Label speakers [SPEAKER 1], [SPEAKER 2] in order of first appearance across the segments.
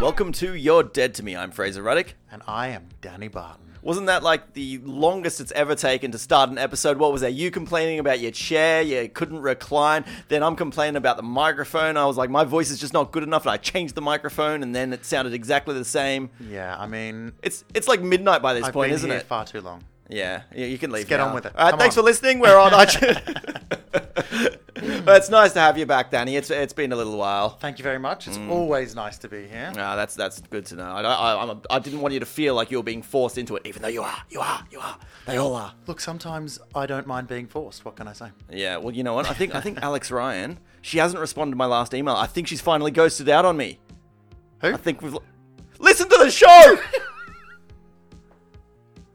[SPEAKER 1] Welcome to You're Dead to Me. I'm Fraser Ruddick.
[SPEAKER 2] And I am Danny Barton.
[SPEAKER 1] Wasn't that like the longest it's ever taken to start an episode? What was that? You complaining about your chair, you couldn't recline. Then I'm complaining about the microphone. I was like, my voice is just not good enough, and I changed the microphone, and then it sounded exactly the same.
[SPEAKER 2] Yeah, I mean,
[SPEAKER 1] It's it's like midnight by this
[SPEAKER 2] I've
[SPEAKER 1] point,
[SPEAKER 2] been
[SPEAKER 1] isn't
[SPEAKER 2] here
[SPEAKER 1] it?
[SPEAKER 2] far too long.
[SPEAKER 1] Yeah, yeah, you can leave.
[SPEAKER 2] get on
[SPEAKER 1] now.
[SPEAKER 2] with it.
[SPEAKER 1] All right,
[SPEAKER 2] Come
[SPEAKER 1] thanks
[SPEAKER 2] on.
[SPEAKER 1] for listening. We're on iTunes. but it's nice to have you back, Danny. It's it's been a little while.
[SPEAKER 2] Thank you very much. It's
[SPEAKER 1] Mm.
[SPEAKER 2] always nice to be here.
[SPEAKER 1] Ah, that's that's good to know. I, I, I'm a, I didn't want you to feel like you were being forced into it, even though you are, you are, you are. They all are.
[SPEAKER 2] Look, sometimes I don't mind being forced. What can I say?
[SPEAKER 1] Yeah. Well, you know what? I think I think Alex Ryan. She hasn't responded to my last email. I think she's finally ghosted out on me.
[SPEAKER 2] Who?
[SPEAKER 1] I think we've. l- Listen to the show.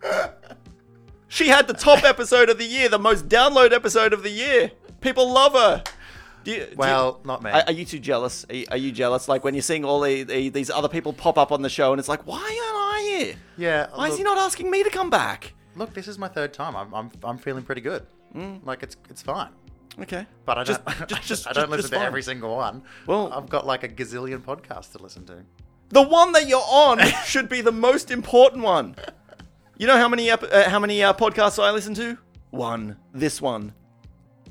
[SPEAKER 1] she had the top episode of the year, the most download episode of the year. People love her. Do you, do you-
[SPEAKER 2] well, not me.
[SPEAKER 1] are, are you too jealous? Are you, are you jealous? Like when you're seeing all the, the, these other people pop up on the show, and it's like, why aren't I here?
[SPEAKER 2] yeah.
[SPEAKER 1] Why
[SPEAKER 2] look,
[SPEAKER 1] is he not asking me to come back?
[SPEAKER 2] Look, this is my third time. I'm, I'm, I'm feeling pretty good. Like it's, it's fine.
[SPEAKER 1] Okay,
[SPEAKER 2] But I
[SPEAKER 1] Mm. Just-
[SPEAKER 2] don't,
[SPEAKER 1] just- just-
[SPEAKER 2] I don't
[SPEAKER 1] just-
[SPEAKER 2] listen
[SPEAKER 1] just
[SPEAKER 2] to
[SPEAKER 1] fine.
[SPEAKER 2] every single one.
[SPEAKER 1] Well-
[SPEAKER 2] I've got like a gazillion podcasts to listen to.
[SPEAKER 1] The one that you're on should be the most important one. You know how many ep- uh, how many uh, podcasts I listen to? One. This one.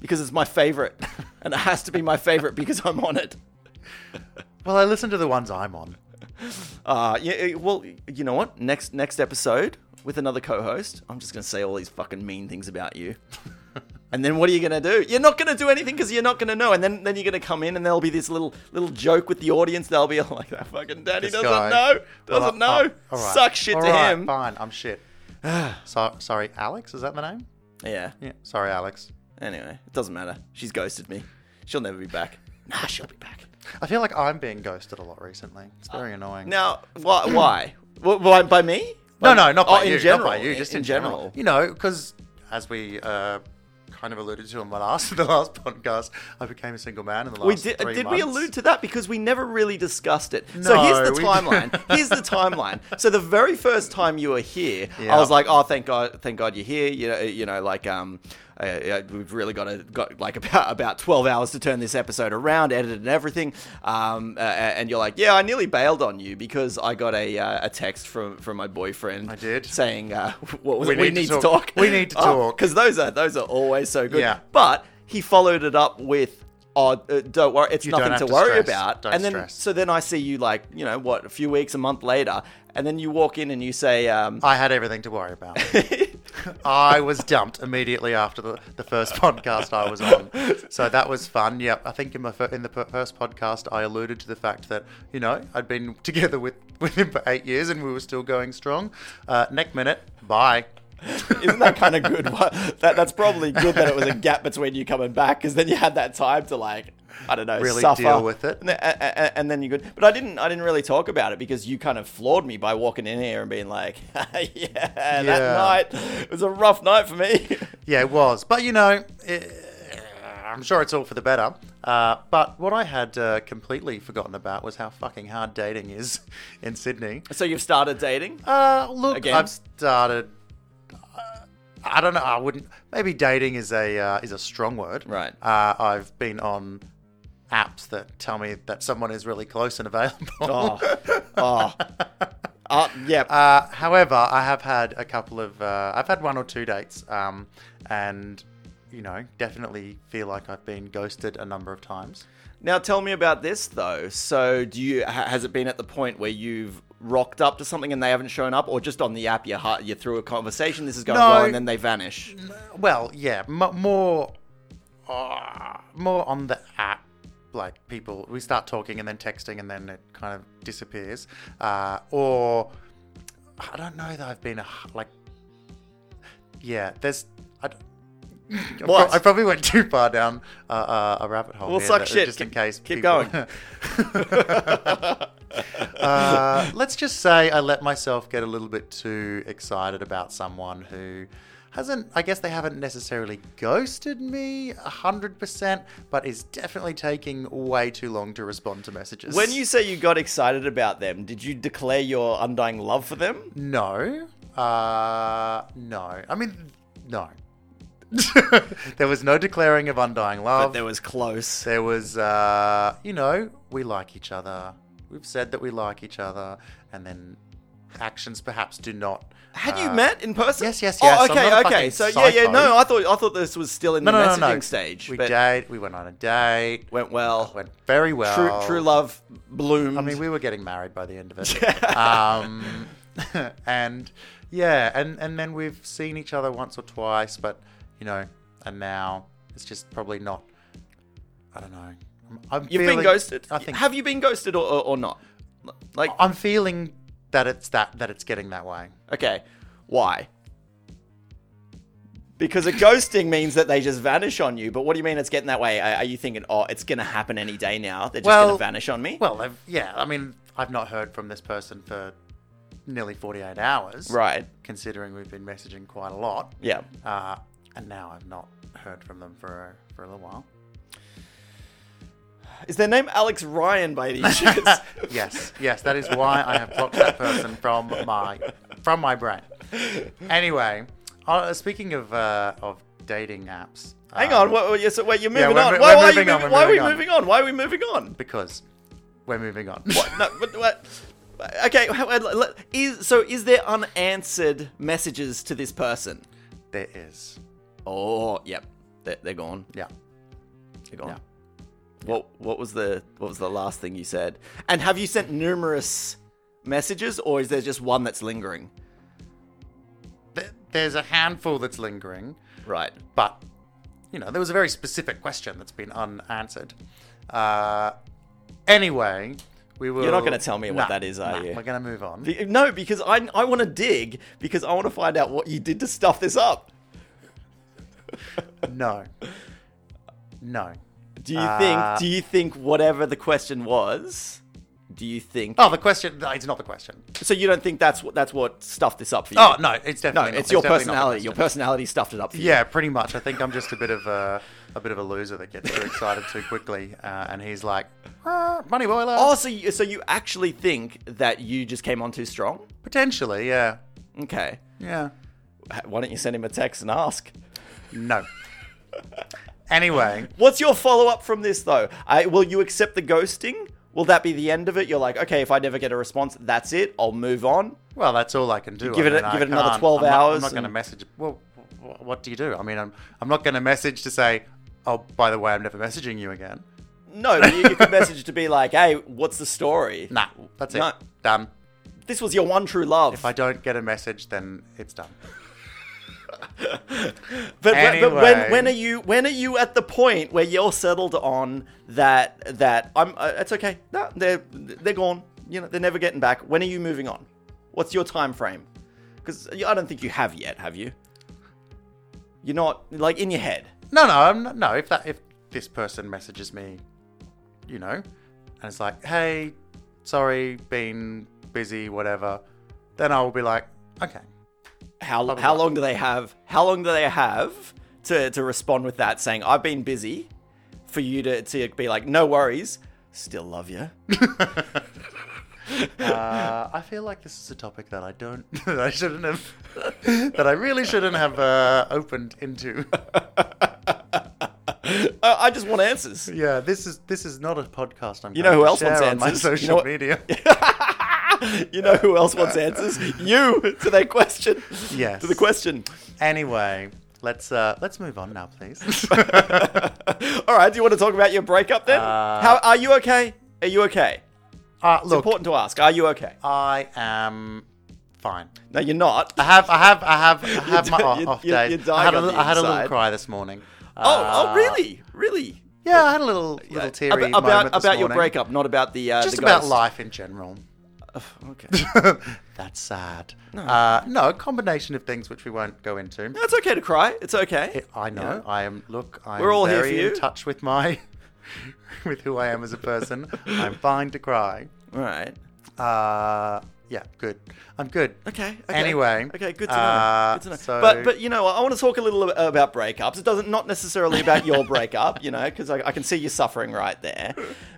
[SPEAKER 1] Because it's my favorite. And it has to be my favorite because I'm on it.
[SPEAKER 2] Well, I listen to the ones I'm on.
[SPEAKER 1] Uh, yeah, eh, well, you know what? Next next episode with another co-host, I'm just going to say all these fucking mean things about you. And then what are you going to do? You're not going to do anything because you're not going to know. And then, then you're going to come in and there'll be this little little joke with the audience. They'll be like, that fucking daddy
[SPEAKER 2] This
[SPEAKER 1] doesn't
[SPEAKER 2] guy.
[SPEAKER 1] know.
[SPEAKER 2] Well, uh,
[SPEAKER 1] Doesn't
[SPEAKER 2] I- I-
[SPEAKER 1] know.
[SPEAKER 2] all right.
[SPEAKER 1] Suck shit
[SPEAKER 2] All
[SPEAKER 1] to
[SPEAKER 2] right,
[SPEAKER 1] him.
[SPEAKER 2] Fine, I'm shit. so, sorry, Alex. Is that the name?
[SPEAKER 1] Yeah.
[SPEAKER 2] Yeah. Sorry, Alex.
[SPEAKER 1] Anyway, it doesn't matter. She's ghosted me. She'll never be back. Nah, she'll be back.
[SPEAKER 2] I feel like I'm being ghosted a lot recently. It's very annoying.
[SPEAKER 1] Now, why? why? Wh- why by me?
[SPEAKER 2] no,
[SPEAKER 1] By-
[SPEAKER 2] no, not
[SPEAKER 1] oh,
[SPEAKER 2] by you.
[SPEAKER 1] in general.
[SPEAKER 2] not by you, just in, general. You know, because as we uh, kind of alluded to in my last the last podcast, I became a single man in the last
[SPEAKER 1] We did.
[SPEAKER 2] three
[SPEAKER 1] Did
[SPEAKER 2] months.
[SPEAKER 1] we allude to that because we never really discussed it? so here's the
[SPEAKER 2] No, we-
[SPEAKER 1] timeline. here's the timeline. So the very first time you were here,
[SPEAKER 2] Yeah.
[SPEAKER 1] I was like, "Oh, thank God, thank God you're here." You know, you know, like um, uh, uh, we've really got to got like about about twelve hours to turn this episode around, edit and everything. Um, uh, and you're like, "Yeah, I nearly bailed on you because I got a uh, a text from from my boyfriend.
[SPEAKER 2] I did.
[SPEAKER 1] saying uh, what was
[SPEAKER 2] We
[SPEAKER 1] it? we
[SPEAKER 2] need to
[SPEAKER 1] need to
[SPEAKER 2] talk.
[SPEAKER 1] talk. Oh,
[SPEAKER 2] We need to talk.
[SPEAKER 1] because those are those are always so good.
[SPEAKER 2] Yeah.
[SPEAKER 1] But he followed it up with, "Oh, uh, don't worry, it's
[SPEAKER 2] You don't
[SPEAKER 1] nothing
[SPEAKER 2] have
[SPEAKER 1] to,
[SPEAKER 2] to
[SPEAKER 1] worry
[SPEAKER 2] stress.
[SPEAKER 1] about."
[SPEAKER 2] Don't
[SPEAKER 1] and then,
[SPEAKER 2] stress.
[SPEAKER 1] so then I see you like, you know, what, a few weeks, a month later, and then you walk in and you say, um,
[SPEAKER 2] I had everything to worry about. I was dumped immediately after the, the first podcast I was on. So that was fun. Yep. I think in my fir- in the per- first podcast I alluded to the fact that, you know, I'd been together with, with him for 8 years and we were still going strong. Uh, next minute, bye.
[SPEAKER 1] "Isn't that kind of good? What- that that's probably good that it was a gap between you coming back, because then you had that time to like." I don't know.
[SPEAKER 2] Really
[SPEAKER 1] suffer.
[SPEAKER 2] deal with it.
[SPEAKER 1] and then, a- a- a- and then you good. But I didn't. I didn't really talk about it because you kind of floored me by walking in here and being like, "Yeah, that
[SPEAKER 2] Yeah.
[SPEAKER 1] night it was a rough night for me."
[SPEAKER 2] Yeah, it was. But you know, it, I'm sure it's all for the better. Uh, but what I had uh, completely forgotten about was how fucking hard dating is in Sydney.
[SPEAKER 1] so you've started dating.
[SPEAKER 2] Uh, look,
[SPEAKER 1] Again?
[SPEAKER 2] I've started. Uh, I don't know. I wouldn't. Maybe dating is a uh, is a strong word.
[SPEAKER 1] Right.
[SPEAKER 2] Uh, I've been on apps that tell me that someone is really close and available.
[SPEAKER 1] Oh, oh. Uh, yeah.
[SPEAKER 2] Uh, however, I have had a couple of, uh, I've had one or two dates, um, and you know, definitely feel like I've been ghosted a number of times.
[SPEAKER 1] now tell me about this though. So, do you ha- has it been at the point where you've rocked up to something and they haven't shown up, or just on the app you ha- you through a conversation, this is going
[SPEAKER 2] No.
[SPEAKER 1] well, and then they vanish?
[SPEAKER 2] Well, yeah, m- more, uh, more on the app. Like people, we start talking and then texting, and then it kind of disappears. Uh, or I don't know that I've been a h- like, yeah, there's. I, d- I
[SPEAKER 1] What?
[SPEAKER 2] pro- I probably went too far down uh, uh, a rabbit hole.
[SPEAKER 1] Well,
[SPEAKER 2] here,
[SPEAKER 1] suck
[SPEAKER 2] but
[SPEAKER 1] shit.
[SPEAKER 2] Just in
[SPEAKER 1] Keep-
[SPEAKER 2] case.
[SPEAKER 1] keep going.
[SPEAKER 2] Uh, let's just say I let myself get a little bit too excited about someone who hasn't, I guess they haven't necessarily ghosted me 100%, but is definitely taking way too long to respond to messages.
[SPEAKER 1] When you say you got excited about them, did you declare your undying love for them?
[SPEAKER 2] No. Uh, no. I mean, no. there was no declaring of undying love.
[SPEAKER 1] But there was close.
[SPEAKER 2] There was, uh, you know, we like each other. We've said that we like each other, and then actions perhaps do not.
[SPEAKER 1] Had you
[SPEAKER 2] uh,
[SPEAKER 1] met in person?
[SPEAKER 2] yes, yes,
[SPEAKER 1] Oh,
[SPEAKER 2] yes. I'm
[SPEAKER 1] okay,
[SPEAKER 2] not a
[SPEAKER 1] okay.
[SPEAKER 2] fucking
[SPEAKER 1] So yeah, yeah. No,
[SPEAKER 2] psycho.
[SPEAKER 1] I thought I thought this was still in
[SPEAKER 2] No,
[SPEAKER 1] the
[SPEAKER 2] no, no,
[SPEAKER 1] messaging
[SPEAKER 2] no.
[SPEAKER 1] stage.
[SPEAKER 2] We
[SPEAKER 1] but
[SPEAKER 2] date. We went on a date.
[SPEAKER 1] went well.
[SPEAKER 2] Went very well.
[SPEAKER 1] True, true love bloomed.
[SPEAKER 2] I mean, we were getting married by the end of it. um, and yeah, and and then we've seen each other once or twice, but you know, and now it's just probably not. I don't know. I'm, I'm
[SPEAKER 1] You've
[SPEAKER 2] feeling-
[SPEAKER 1] been ghosted.
[SPEAKER 2] I think
[SPEAKER 1] Have you been ghosted or, or, or not? Like,
[SPEAKER 2] I'm feeling that it's that that it's getting that way.
[SPEAKER 1] okay, why? Because a ghosting means that they just vanish on you. But what do you mean it's getting that way? Are are you thinking, oh, it's going to happen any day now? They're just going
[SPEAKER 2] Well-
[SPEAKER 1] to vanish on me?
[SPEAKER 2] Well, I've, yeah. I mean, I've not heard from this person for nearly 48 hours.
[SPEAKER 1] right.
[SPEAKER 2] Considering we've been messaging quite a lot.
[SPEAKER 1] Yeah.
[SPEAKER 2] Uh, and now I've not heard from them for for a little while.
[SPEAKER 1] Is their name Alex Ryan by any chance?
[SPEAKER 2] yes, yes, that is why I have blocked that person from my from my brain. Anyway, uh, speaking of uh, of dating apps,
[SPEAKER 1] Hang
[SPEAKER 2] um,
[SPEAKER 1] on. Wait, wait, so wait you're moving
[SPEAKER 2] we're
[SPEAKER 1] on.
[SPEAKER 2] mo-
[SPEAKER 1] why
[SPEAKER 2] we're
[SPEAKER 1] why
[SPEAKER 2] moving
[SPEAKER 1] are you
[SPEAKER 2] on,
[SPEAKER 1] moving,
[SPEAKER 2] we're
[SPEAKER 1] why are we
[SPEAKER 2] moving on.
[SPEAKER 1] moving on? Why are we moving on?
[SPEAKER 2] because we're moving on.
[SPEAKER 1] no, but what? Okay. how- let- let- Is, so is there unanswered messages to this person?
[SPEAKER 2] There is,
[SPEAKER 1] Oh, yep. They're, they're gone.
[SPEAKER 2] yeah,
[SPEAKER 1] They're gone.
[SPEAKER 2] Yeah.
[SPEAKER 1] What What was the What was the last thing you said? And have you sent numerous messages, or is there just one that's lingering?
[SPEAKER 2] Th- there's a handful that's lingering,
[SPEAKER 1] Right.
[SPEAKER 2] but you know there was a very specific question that's been unanswered. Uh, anyway, we will.
[SPEAKER 1] not gonna tell me what that is, are
[SPEAKER 2] nah,
[SPEAKER 1] you?
[SPEAKER 2] We're going to move on.
[SPEAKER 1] Be- No, because I I want to dig because I want to find out what you did to stuff this up.
[SPEAKER 2] no, no.
[SPEAKER 1] Do you
[SPEAKER 2] Uh,
[SPEAKER 1] think Do you think whatever the question was? Do you think?
[SPEAKER 2] Oh, the question. It's not the question.
[SPEAKER 1] So you don't think that's what that's what stuffed this up for you?
[SPEAKER 2] Oh no, it's
[SPEAKER 1] no,
[SPEAKER 2] definitely not.
[SPEAKER 1] it's your
[SPEAKER 2] definitely not the
[SPEAKER 1] personality. Your
[SPEAKER 2] question.
[SPEAKER 1] personality stuffed it up for you.
[SPEAKER 2] Yeah, pretty much. I think I'm just a bit of a a bit of a loser that gets too excited too quickly, uh, and he's like, "Ah, money boiler.
[SPEAKER 1] Oh, so you, so you actually think that you just came on too strong?
[SPEAKER 2] Potentially, yeah,
[SPEAKER 1] Okay.
[SPEAKER 2] yeah.
[SPEAKER 1] H- Why don't you send him a text and ask?
[SPEAKER 2] No. anyway,
[SPEAKER 1] What's your follow up from this though? I, will you accept the ghosting? Will that be the end of it? You're like, okay, if I never get a response, that's it. I'll move on.
[SPEAKER 2] well, that's all I can do.
[SPEAKER 1] give
[SPEAKER 2] I
[SPEAKER 1] it a-
[SPEAKER 2] mean, I
[SPEAKER 1] give it another
[SPEAKER 2] can't-
[SPEAKER 1] 12
[SPEAKER 2] I'm not-
[SPEAKER 1] hours
[SPEAKER 2] I'm not going to
[SPEAKER 1] and-
[SPEAKER 2] message. Well, wh- what do you do? I mean, I'm I'm not going to message to say, "Oh, by the way, I'm never messaging you again."
[SPEAKER 1] No, but you, you could message to be like, hey, what's the story?
[SPEAKER 2] Nah, that's it.
[SPEAKER 1] No.
[SPEAKER 2] Done.
[SPEAKER 1] This was your one true love.
[SPEAKER 2] If I don't get a message, then it's done.
[SPEAKER 1] But, but- but when
[SPEAKER 2] Anyway.
[SPEAKER 1] when are you when are you at the point where you're settled on that that I'm uh, it's okay no they're they're gone you know they're never getting back when are you moving on what's your time frame because I don't think you have yet have you you're not like in your head
[SPEAKER 2] No, no, I'm not, no. If that if this person messages me, you know, and it's like, hey, sorry, been busy, whatever, then I will be like, okay,
[SPEAKER 1] how how long do they have how long do they have to to respond with that saying I've been busy for you to to be like no worries still love you
[SPEAKER 2] uh, I feel like this is a topic that I don't, that I shouldn't have, that I really shouldn't have uh, opened into.
[SPEAKER 1] I, I just want answers
[SPEAKER 2] yeah, this is this is not a podcast. I'm
[SPEAKER 1] You know who else
[SPEAKER 2] share
[SPEAKER 1] wants
[SPEAKER 2] on my
[SPEAKER 1] answers? You know
[SPEAKER 2] social
[SPEAKER 1] what-
[SPEAKER 2] media.
[SPEAKER 1] you know who else wants answers? You to that question.
[SPEAKER 2] Yes.
[SPEAKER 1] To the question.
[SPEAKER 2] anyway, let's uh, let's move on now, please.
[SPEAKER 1] All right. Do you want to talk about your breakup then?
[SPEAKER 2] Uh,
[SPEAKER 1] How are you okay? Are you okay?
[SPEAKER 2] uh, look,
[SPEAKER 1] Important to ask. Are you okay?
[SPEAKER 2] I am fine.
[SPEAKER 1] No, you're not. Oh,
[SPEAKER 2] I have, I have, I have, I have my
[SPEAKER 1] di-
[SPEAKER 2] off,
[SPEAKER 1] you're-
[SPEAKER 2] off
[SPEAKER 1] you're-
[SPEAKER 2] days.
[SPEAKER 1] you're dying
[SPEAKER 2] I had, a
[SPEAKER 1] on
[SPEAKER 2] little,
[SPEAKER 1] the
[SPEAKER 2] I had a little
[SPEAKER 1] inside.
[SPEAKER 2] cry this morning.
[SPEAKER 1] oh,
[SPEAKER 2] Uh,
[SPEAKER 1] oh, really? Really?
[SPEAKER 2] Yeah, I had a little, little
[SPEAKER 1] Ab-
[SPEAKER 2] teary
[SPEAKER 1] about
[SPEAKER 2] moment this
[SPEAKER 1] about your
[SPEAKER 2] morning.
[SPEAKER 1] breakup, not about the uh,
[SPEAKER 2] Just
[SPEAKER 1] the
[SPEAKER 2] about
[SPEAKER 1] ghost.
[SPEAKER 2] life in general.
[SPEAKER 1] Okay.
[SPEAKER 2] That's sad. No. Uh, no, a combination of things which we won't go into.
[SPEAKER 1] No, it's okay to cry. It's okay.
[SPEAKER 2] I know.
[SPEAKER 1] Yeah.
[SPEAKER 2] I am. Look, I'm
[SPEAKER 1] We're all here
[SPEAKER 2] very
[SPEAKER 1] for you.
[SPEAKER 2] in touch with my, with who I am as a person. I'm fine to cry.
[SPEAKER 1] All right.
[SPEAKER 2] Uh, yeah, good. I'm good.
[SPEAKER 1] Okay, okay.
[SPEAKER 2] Anyway.
[SPEAKER 1] Okay, good to know.
[SPEAKER 2] uh,
[SPEAKER 1] good to know.
[SPEAKER 2] so-
[SPEAKER 1] but but you know, I want to talk a little bit about breakups. It doesn't not necessarily about your breakup, you know, because I, I can see you suffering right there.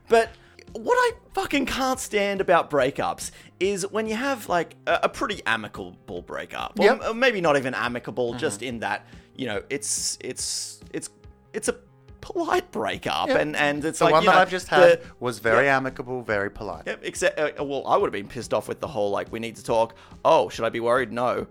[SPEAKER 1] But what I fucking can't stand about breakups is when you have like a, a pretty amicable breakup, or
[SPEAKER 2] Yep. Mm-hmm.
[SPEAKER 1] m- maybe not even amicable, just in that you know it's it's it's it's a polite breakup,
[SPEAKER 2] Yep.
[SPEAKER 1] and and it's
[SPEAKER 2] the
[SPEAKER 1] like
[SPEAKER 2] one
[SPEAKER 1] you
[SPEAKER 2] that
[SPEAKER 1] know,
[SPEAKER 2] I've just had
[SPEAKER 1] the-
[SPEAKER 2] was very amicable, very polite.
[SPEAKER 1] Yep, except, uh, well, I would have been pissed off with the whole, like, we need to talk. Oh, should I be worried? No.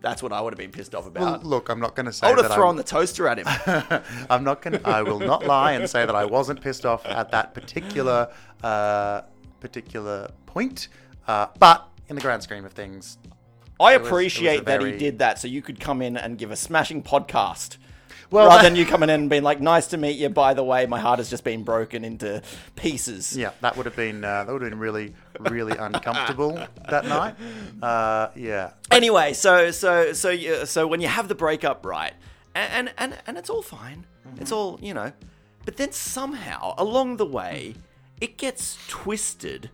[SPEAKER 1] That's what I would have been pissed off
[SPEAKER 2] Well,
[SPEAKER 1] about.
[SPEAKER 2] look, I'm not going to say
[SPEAKER 1] Uh, I would have
[SPEAKER 2] that
[SPEAKER 1] thrown
[SPEAKER 2] I'm,
[SPEAKER 1] the toaster at him.
[SPEAKER 2] I'm not going. I will not lie and say that I wasn't pissed off at that particular uh, particular point. Uh, but in the grand scheme of
[SPEAKER 1] I
[SPEAKER 2] things, was- it was a
[SPEAKER 1] appreciate that he
[SPEAKER 2] very-
[SPEAKER 1] did that so you could come in and give a smashing podcast.
[SPEAKER 2] Well,
[SPEAKER 1] rather
[SPEAKER 2] that-
[SPEAKER 1] than you coming in and being like, nice to meet you, by the way, my heart has just been broken into pieces.
[SPEAKER 2] yeah, that would have been uh, that would have been really really uncomfortable that night. Uh, yeah,
[SPEAKER 1] Anyway, so so so you, so when you have the breakup right, and and and, and it's all fine, it's all you know, but then somehow along the way, it gets twisted,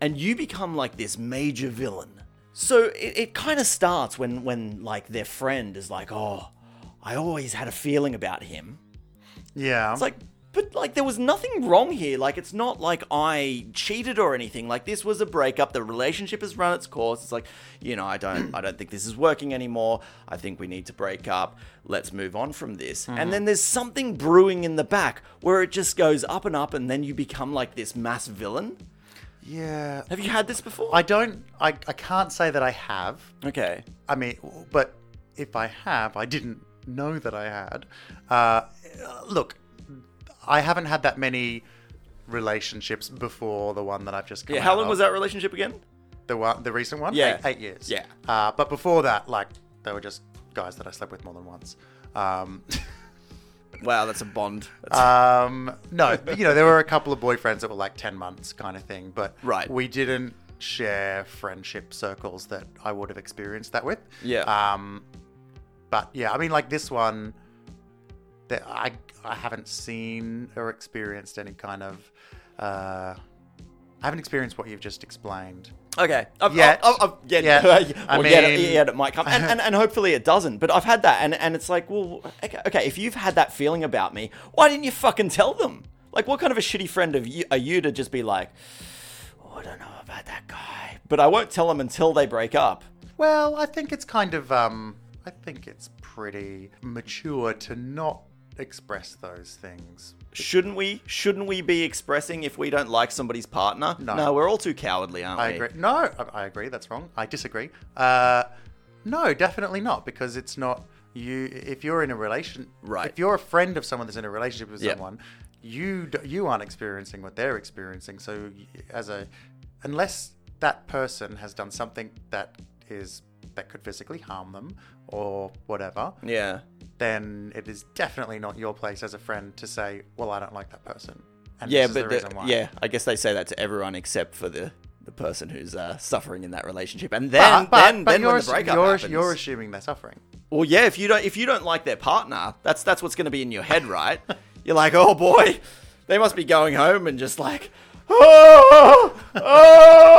[SPEAKER 1] and you become like this major villain. So it, it kind of starts when when like their friend is like, oh, I always had a feeling about him.
[SPEAKER 2] yeah.
[SPEAKER 1] It's like, but like there was nothing wrong here. Like it's not like I cheated or anything. Like this was a breakup. The relationship has run its course. It's like, you know, I don't I don't think this is working anymore. I think we need to break up. Let's move on from this. And then there's something brewing in the back where it just goes up and up and then you become like this mass villain.
[SPEAKER 2] yeah.
[SPEAKER 1] Have you had this before?
[SPEAKER 2] I don't. I, I can't say that I have.
[SPEAKER 1] okay.
[SPEAKER 2] I mean, but if I have, I didn't know that I had. Uh, look, I haven't had that many relationships before the one that I've just. Come
[SPEAKER 1] Yeah, how
[SPEAKER 2] out
[SPEAKER 1] long
[SPEAKER 2] of.
[SPEAKER 1] was that relationship again?
[SPEAKER 2] The one, the recent one.
[SPEAKER 1] Yeah.
[SPEAKER 2] eight, eight years.
[SPEAKER 1] Yeah.
[SPEAKER 2] Uh, but before that, like, they were just guys that I slept with more than once. Um,
[SPEAKER 1] Wow, that's a bond. That's-
[SPEAKER 2] um, no, but, you know, there were a couple of boyfriends that were like ten months kind of thing, but
[SPEAKER 1] Right.
[SPEAKER 2] we didn't share friendship circles that I would have experienced that with.
[SPEAKER 1] Yeah.
[SPEAKER 2] Um, but yeah, I mean, like this one, that I I haven't seen or experienced any kind of. Uh, I haven't experienced what you've just explained.
[SPEAKER 1] Okay. I've,
[SPEAKER 2] Yet.
[SPEAKER 1] I've, I've, yet.
[SPEAKER 2] Yet.
[SPEAKER 1] well,
[SPEAKER 2] I
[SPEAKER 1] yet,
[SPEAKER 2] mean-
[SPEAKER 1] yet it might come. And, and, and hopefully it doesn't. But I've had that. And, and it's like, well, okay, okay, if you've had that feeling about me, why didn't you fucking tell them? Like, what kind of a shitty friend of you, are you to just be like, oh, I don't know about that guy. But I won't tell them until they break up.
[SPEAKER 2] Well, I think it's kind of um I think it's pretty mature to not express those things.
[SPEAKER 1] Shouldn't we? Shouldn't we be expressing if we don't like somebody's partner? No, we're all too cowardly, aren't
[SPEAKER 2] I
[SPEAKER 1] we?
[SPEAKER 2] agree. No, I- I agree. That's wrong. I disagree. Uh, no, definitely not because it's not you. If you're in a relation,
[SPEAKER 1] Right.
[SPEAKER 2] If you're a friend of someone that's in a relationship with
[SPEAKER 1] Yep.
[SPEAKER 2] someone, you d- you aren't experiencing what they're experiencing. So y- as a unless that person has done something that is that could physically harm them or whatever,
[SPEAKER 1] Yeah.
[SPEAKER 2] then it is definitely not your place as a friend to say, "Well, I don't like that person." And
[SPEAKER 1] Yeah,
[SPEAKER 2] this
[SPEAKER 1] but
[SPEAKER 2] is the
[SPEAKER 1] the-
[SPEAKER 2] reason why.
[SPEAKER 1] yeah, I guess they say that to everyone except for the the person who's uh, suffering in that relationship. And
[SPEAKER 2] But,
[SPEAKER 1] then
[SPEAKER 2] but-
[SPEAKER 1] Uh, then,
[SPEAKER 2] but
[SPEAKER 1] then
[SPEAKER 2] you're,
[SPEAKER 1] when the
[SPEAKER 2] assu-
[SPEAKER 1] breakup
[SPEAKER 2] you're,
[SPEAKER 1] happens,
[SPEAKER 2] you're assuming they're suffering.
[SPEAKER 1] well, yeah, if you don't if you don't like their partner, that's that's what's going to be in your head, right? You're like, oh boy, they must be going home and just like, oh,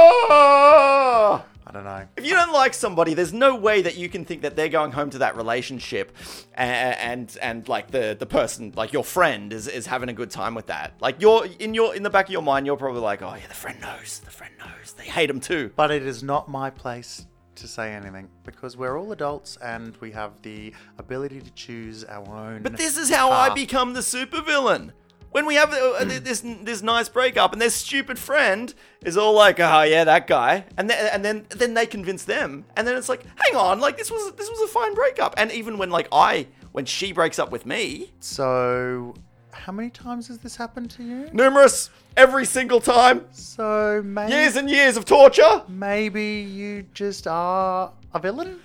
[SPEAKER 1] oh.
[SPEAKER 2] I don't know.
[SPEAKER 1] If you don't like somebody, there's no way that you can think that they're going home to that relationship, and and, and like the, the person, like your friend, is, is having a good time with that. Like you're in your in the back of your mind, you're probably like, oh yeah, the friend knows, the friend knows, they hate him too.
[SPEAKER 2] But it is not my place to say anything because we're all adults and we have the ability to choose our own.
[SPEAKER 1] But this is how I become the supervillain. When we have uh, th- this this nice breakup, and their stupid friend is all like, "Oh yeah, that guy," and then and then then they convince them, and then it's like, "Hang on, like this was this was a fine breakup." And even when like I when she breaks up with me,
[SPEAKER 2] so, how many times has this happened to you?
[SPEAKER 1] numerous every single time
[SPEAKER 2] So maybe
[SPEAKER 1] years and years of torture
[SPEAKER 2] maybe you just are a villain.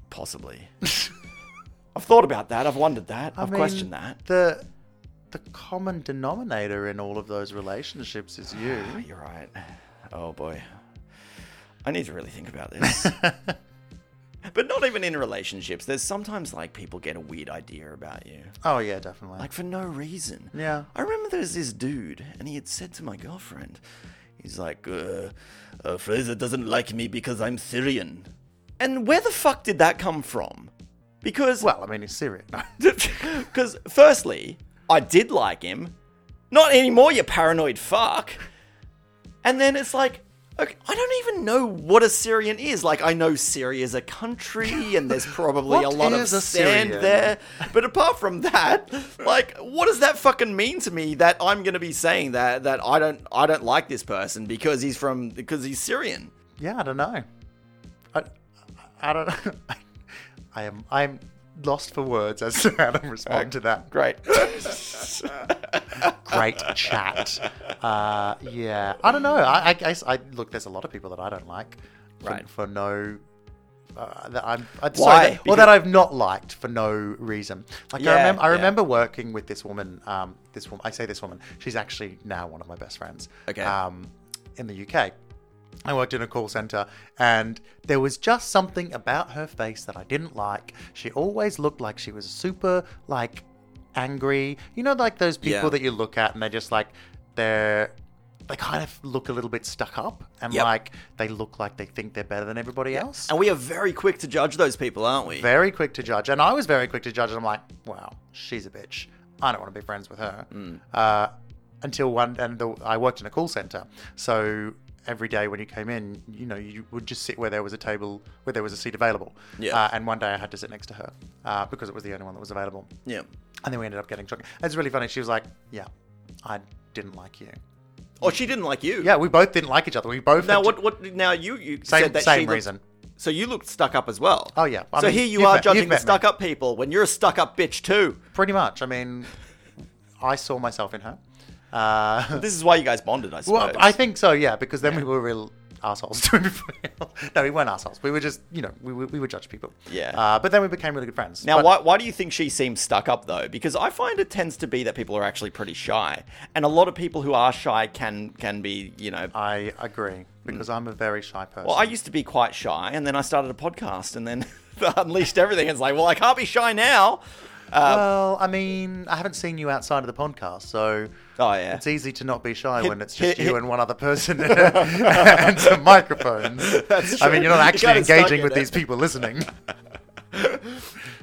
[SPEAKER 1] possibly i've thought about that i've wondered that
[SPEAKER 2] I
[SPEAKER 1] i've
[SPEAKER 2] mean,
[SPEAKER 1] questioned that
[SPEAKER 2] The the common denominator in all of those relationships is you.
[SPEAKER 1] Oh, you're right oh boy i need to really think about this but not even in relationships there's sometimes like people get a weird idea about you
[SPEAKER 2] Oh yeah, definitely.
[SPEAKER 1] like for no reason
[SPEAKER 2] Yeah.
[SPEAKER 1] i remember there was this dude and he had said to my girlfriend he's like uh, uh, fraser doesn't like me because i'm syrian and where the fuck did that come from because
[SPEAKER 2] well, I mean, it's Syrian.
[SPEAKER 1] Because, firstly, I did like him. Not anymore, you paranoid fuck. And then it's like, Okay, I don't even know what Assyrian is. Like, I know Syria is a country, and there's probably a
[SPEAKER 2] What
[SPEAKER 1] lot of
[SPEAKER 2] is
[SPEAKER 1] sand
[SPEAKER 2] Assyrian?
[SPEAKER 1] there. But apart from that, like, what does that fucking mean to me that I'm gonna be saying that that I don't I don't like this person because he's from because he's Syrian?
[SPEAKER 2] Yeah, I don't know. I, I don't. I, I am. I'm lost for words as to how to respond to that.
[SPEAKER 1] Great.
[SPEAKER 2] Great chat. Uh, yeah, I don't know. I, I guess I look. There's a lot of people that I don't like. For,
[SPEAKER 1] Right.
[SPEAKER 2] For no. Uh, that I'm, I'd,
[SPEAKER 1] Why?
[SPEAKER 2] Sorry, that- or
[SPEAKER 1] Because-
[SPEAKER 2] that I've not liked for no reason. Like
[SPEAKER 1] Yeah,
[SPEAKER 2] I remember, I
[SPEAKER 1] yeah.
[SPEAKER 2] remember working with this woman. Um, this woman, I say this woman. She's actually now one of my best friends.
[SPEAKER 1] Okay.
[SPEAKER 2] Um, in the UK, I worked in a call center and there was just something about her face that I didn't like. She always looked like she was super like angry. You know like those people
[SPEAKER 1] Yeah.
[SPEAKER 2] that you look at and they're just like they're they kind of look a little bit stuck up and
[SPEAKER 1] Yep.
[SPEAKER 2] like they look like they think they're better than everybody else.
[SPEAKER 1] and we are very quick to judge those people, aren't we?
[SPEAKER 2] Very quick to judge. And I was very quick to judge and I'm like, wow, she's a bitch. I don't want to be friends with her.
[SPEAKER 1] Mm.
[SPEAKER 2] Uh, until one and the, I worked in a call center. So every day when you came in, you know, you would just sit where there was a table, where there was a seat available.
[SPEAKER 1] Yeah.
[SPEAKER 2] Uh, and one day I had to sit next to her uh, because it was the only one that was available.
[SPEAKER 1] yeah.
[SPEAKER 2] And then we ended up getting drunk. It's really funny. She was like, "Yeah, I didn't like you."
[SPEAKER 1] Or Oh, she didn't like you.
[SPEAKER 2] Yeah, we both didn't like each other. We both
[SPEAKER 1] Now
[SPEAKER 2] had to-
[SPEAKER 1] what? What? Now you you
[SPEAKER 2] Same,
[SPEAKER 1] said that she
[SPEAKER 2] same
[SPEAKER 1] looked-
[SPEAKER 2] reason.
[SPEAKER 1] so you looked stuck up as well.
[SPEAKER 2] Oh, yeah. I
[SPEAKER 1] so
[SPEAKER 2] mean,
[SPEAKER 1] here you
[SPEAKER 2] you've
[SPEAKER 1] are
[SPEAKER 2] met-
[SPEAKER 1] judging
[SPEAKER 2] you've
[SPEAKER 1] the
[SPEAKER 2] met me.
[SPEAKER 1] stuck up people when you're a stuck up bitch too.
[SPEAKER 2] Pretty much. I mean, I saw myself in her. Uh,
[SPEAKER 1] This is why you guys bonded, I suppose.
[SPEAKER 2] well, I think so. Yeah, because then we were real assholes to everybody else. No, we weren't assholes. We were just, you know, we were, we would judge people.
[SPEAKER 1] Yeah.
[SPEAKER 2] Uh, but then we became really good friends.
[SPEAKER 1] Now,
[SPEAKER 2] But-
[SPEAKER 1] why, why do you think she seems stuck up though? Because I find it tends to be that people are actually pretty shy, and a lot of people who are shy can can be, you know.
[SPEAKER 2] I agree because I'm a very shy person.
[SPEAKER 1] Mm. Well, I used to be quite shy, and then I started a podcast, and then unleashed everything. It's like, well, I can't be shy now. uh,
[SPEAKER 2] well, I mean, I haven't seen you outside of the podcast, so
[SPEAKER 1] Oh yeah,
[SPEAKER 2] It's easy to not be shy when it's
[SPEAKER 1] hit-
[SPEAKER 2] just you
[SPEAKER 1] hit-
[SPEAKER 2] and one other person and some microphones.
[SPEAKER 1] That's
[SPEAKER 2] I mean,
[SPEAKER 1] true.
[SPEAKER 2] you're
[SPEAKER 1] You
[SPEAKER 2] not actually
[SPEAKER 1] gotta suck
[SPEAKER 2] engaging
[SPEAKER 1] it
[SPEAKER 2] with
[SPEAKER 1] up.
[SPEAKER 2] these people listening.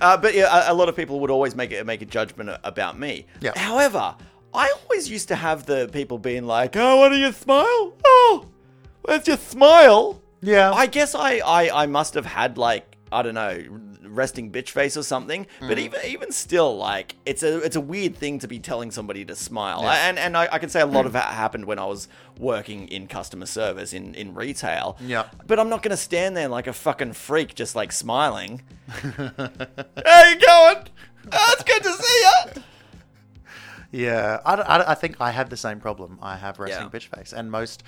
[SPEAKER 1] Uh, but yeah, a, a lot of people would always make it make a judgment a- about me.
[SPEAKER 2] Yeah.
[SPEAKER 1] However, I always used to have the people being like, "Oh, why don't you smile? Oh, where's your smile?"
[SPEAKER 2] Yeah.
[SPEAKER 1] I guess I I, I must have had like I don't know resting bitch face or something.
[SPEAKER 2] Mm.
[SPEAKER 1] But even even still, like it's a it's a weird thing to be telling somebody to smile. And and I, I can say a lot of that happened when I was working in customer service in in retail.
[SPEAKER 2] Yeah.
[SPEAKER 1] But I'm not gonna stand there like a fucking freak just like smiling. How you going? Oh, it's good to see you.
[SPEAKER 2] yeah, I, don't- I, don't- I think I have the same problem. I have resting
[SPEAKER 1] Yeah.
[SPEAKER 2] bitch face, and most.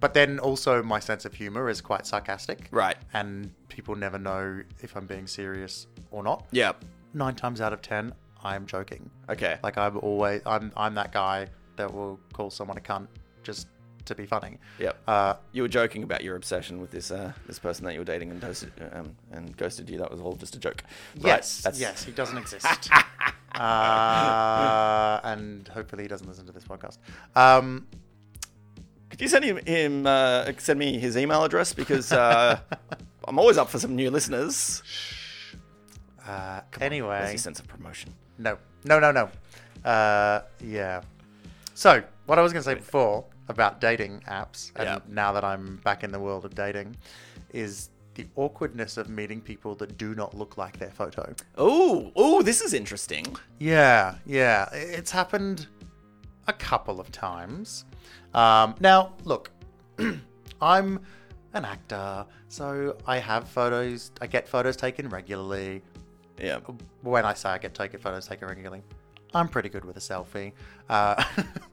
[SPEAKER 2] But then also, my sense of humor is quite sarcastic.
[SPEAKER 1] Right.
[SPEAKER 2] And people never know if I'm being serious or not.
[SPEAKER 1] Yeah.
[SPEAKER 2] Nine times out of ten, I'm joking.
[SPEAKER 1] Okay.
[SPEAKER 2] Like I'm always, I'm, I'm that guy that will call someone a cunt just to be funny.
[SPEAKER 1] Yep.
[SPEAKER 2] Uh,
[SPEAKER 1] you were joking about your obsession with this uh, this person that you were dating and ghosted, um, and ghosted you. That was all just a joke. Right,
[SPEAKER 2] Yes,
[SPEAKER 1] that's-
[SPEAKER 2] yes, he doesn't exist. uh, and hopefully he doesn't listen to this podcast. Um,
[SPEAKER 1] Could you send him, him uh, send me his email address because uh, I'm always up for some new listeners.
[SPEAKER 2] uh,
[SPEAKER 1] There's
[SPEAKER 2] anyway,
[SPEAKER 1] your sense of promotion.
[SPEAKER 2] no, no, no, no. Uh, yeah. So what I was going to say before about dating apps, and
[SPEAKER 1] Yeah.
[SPEAKER 2] now that I'm back in the world of dating, is the awkwardness of meeting people that do not look like their photo.
[SPEAKER 1] Oh, oh, this is interesting.
[SPEAKER 2] Yeah, yeah. I- It's happened a couple of times. Um, now, look, I'm an actor, so I have photos, I get photos taken regularly.
[SPEAKER 1] Yeah.
[SPEAKER 2] Oh, When I say I get taken photos taken regularly, I'm pretty good with a selfie. Uh,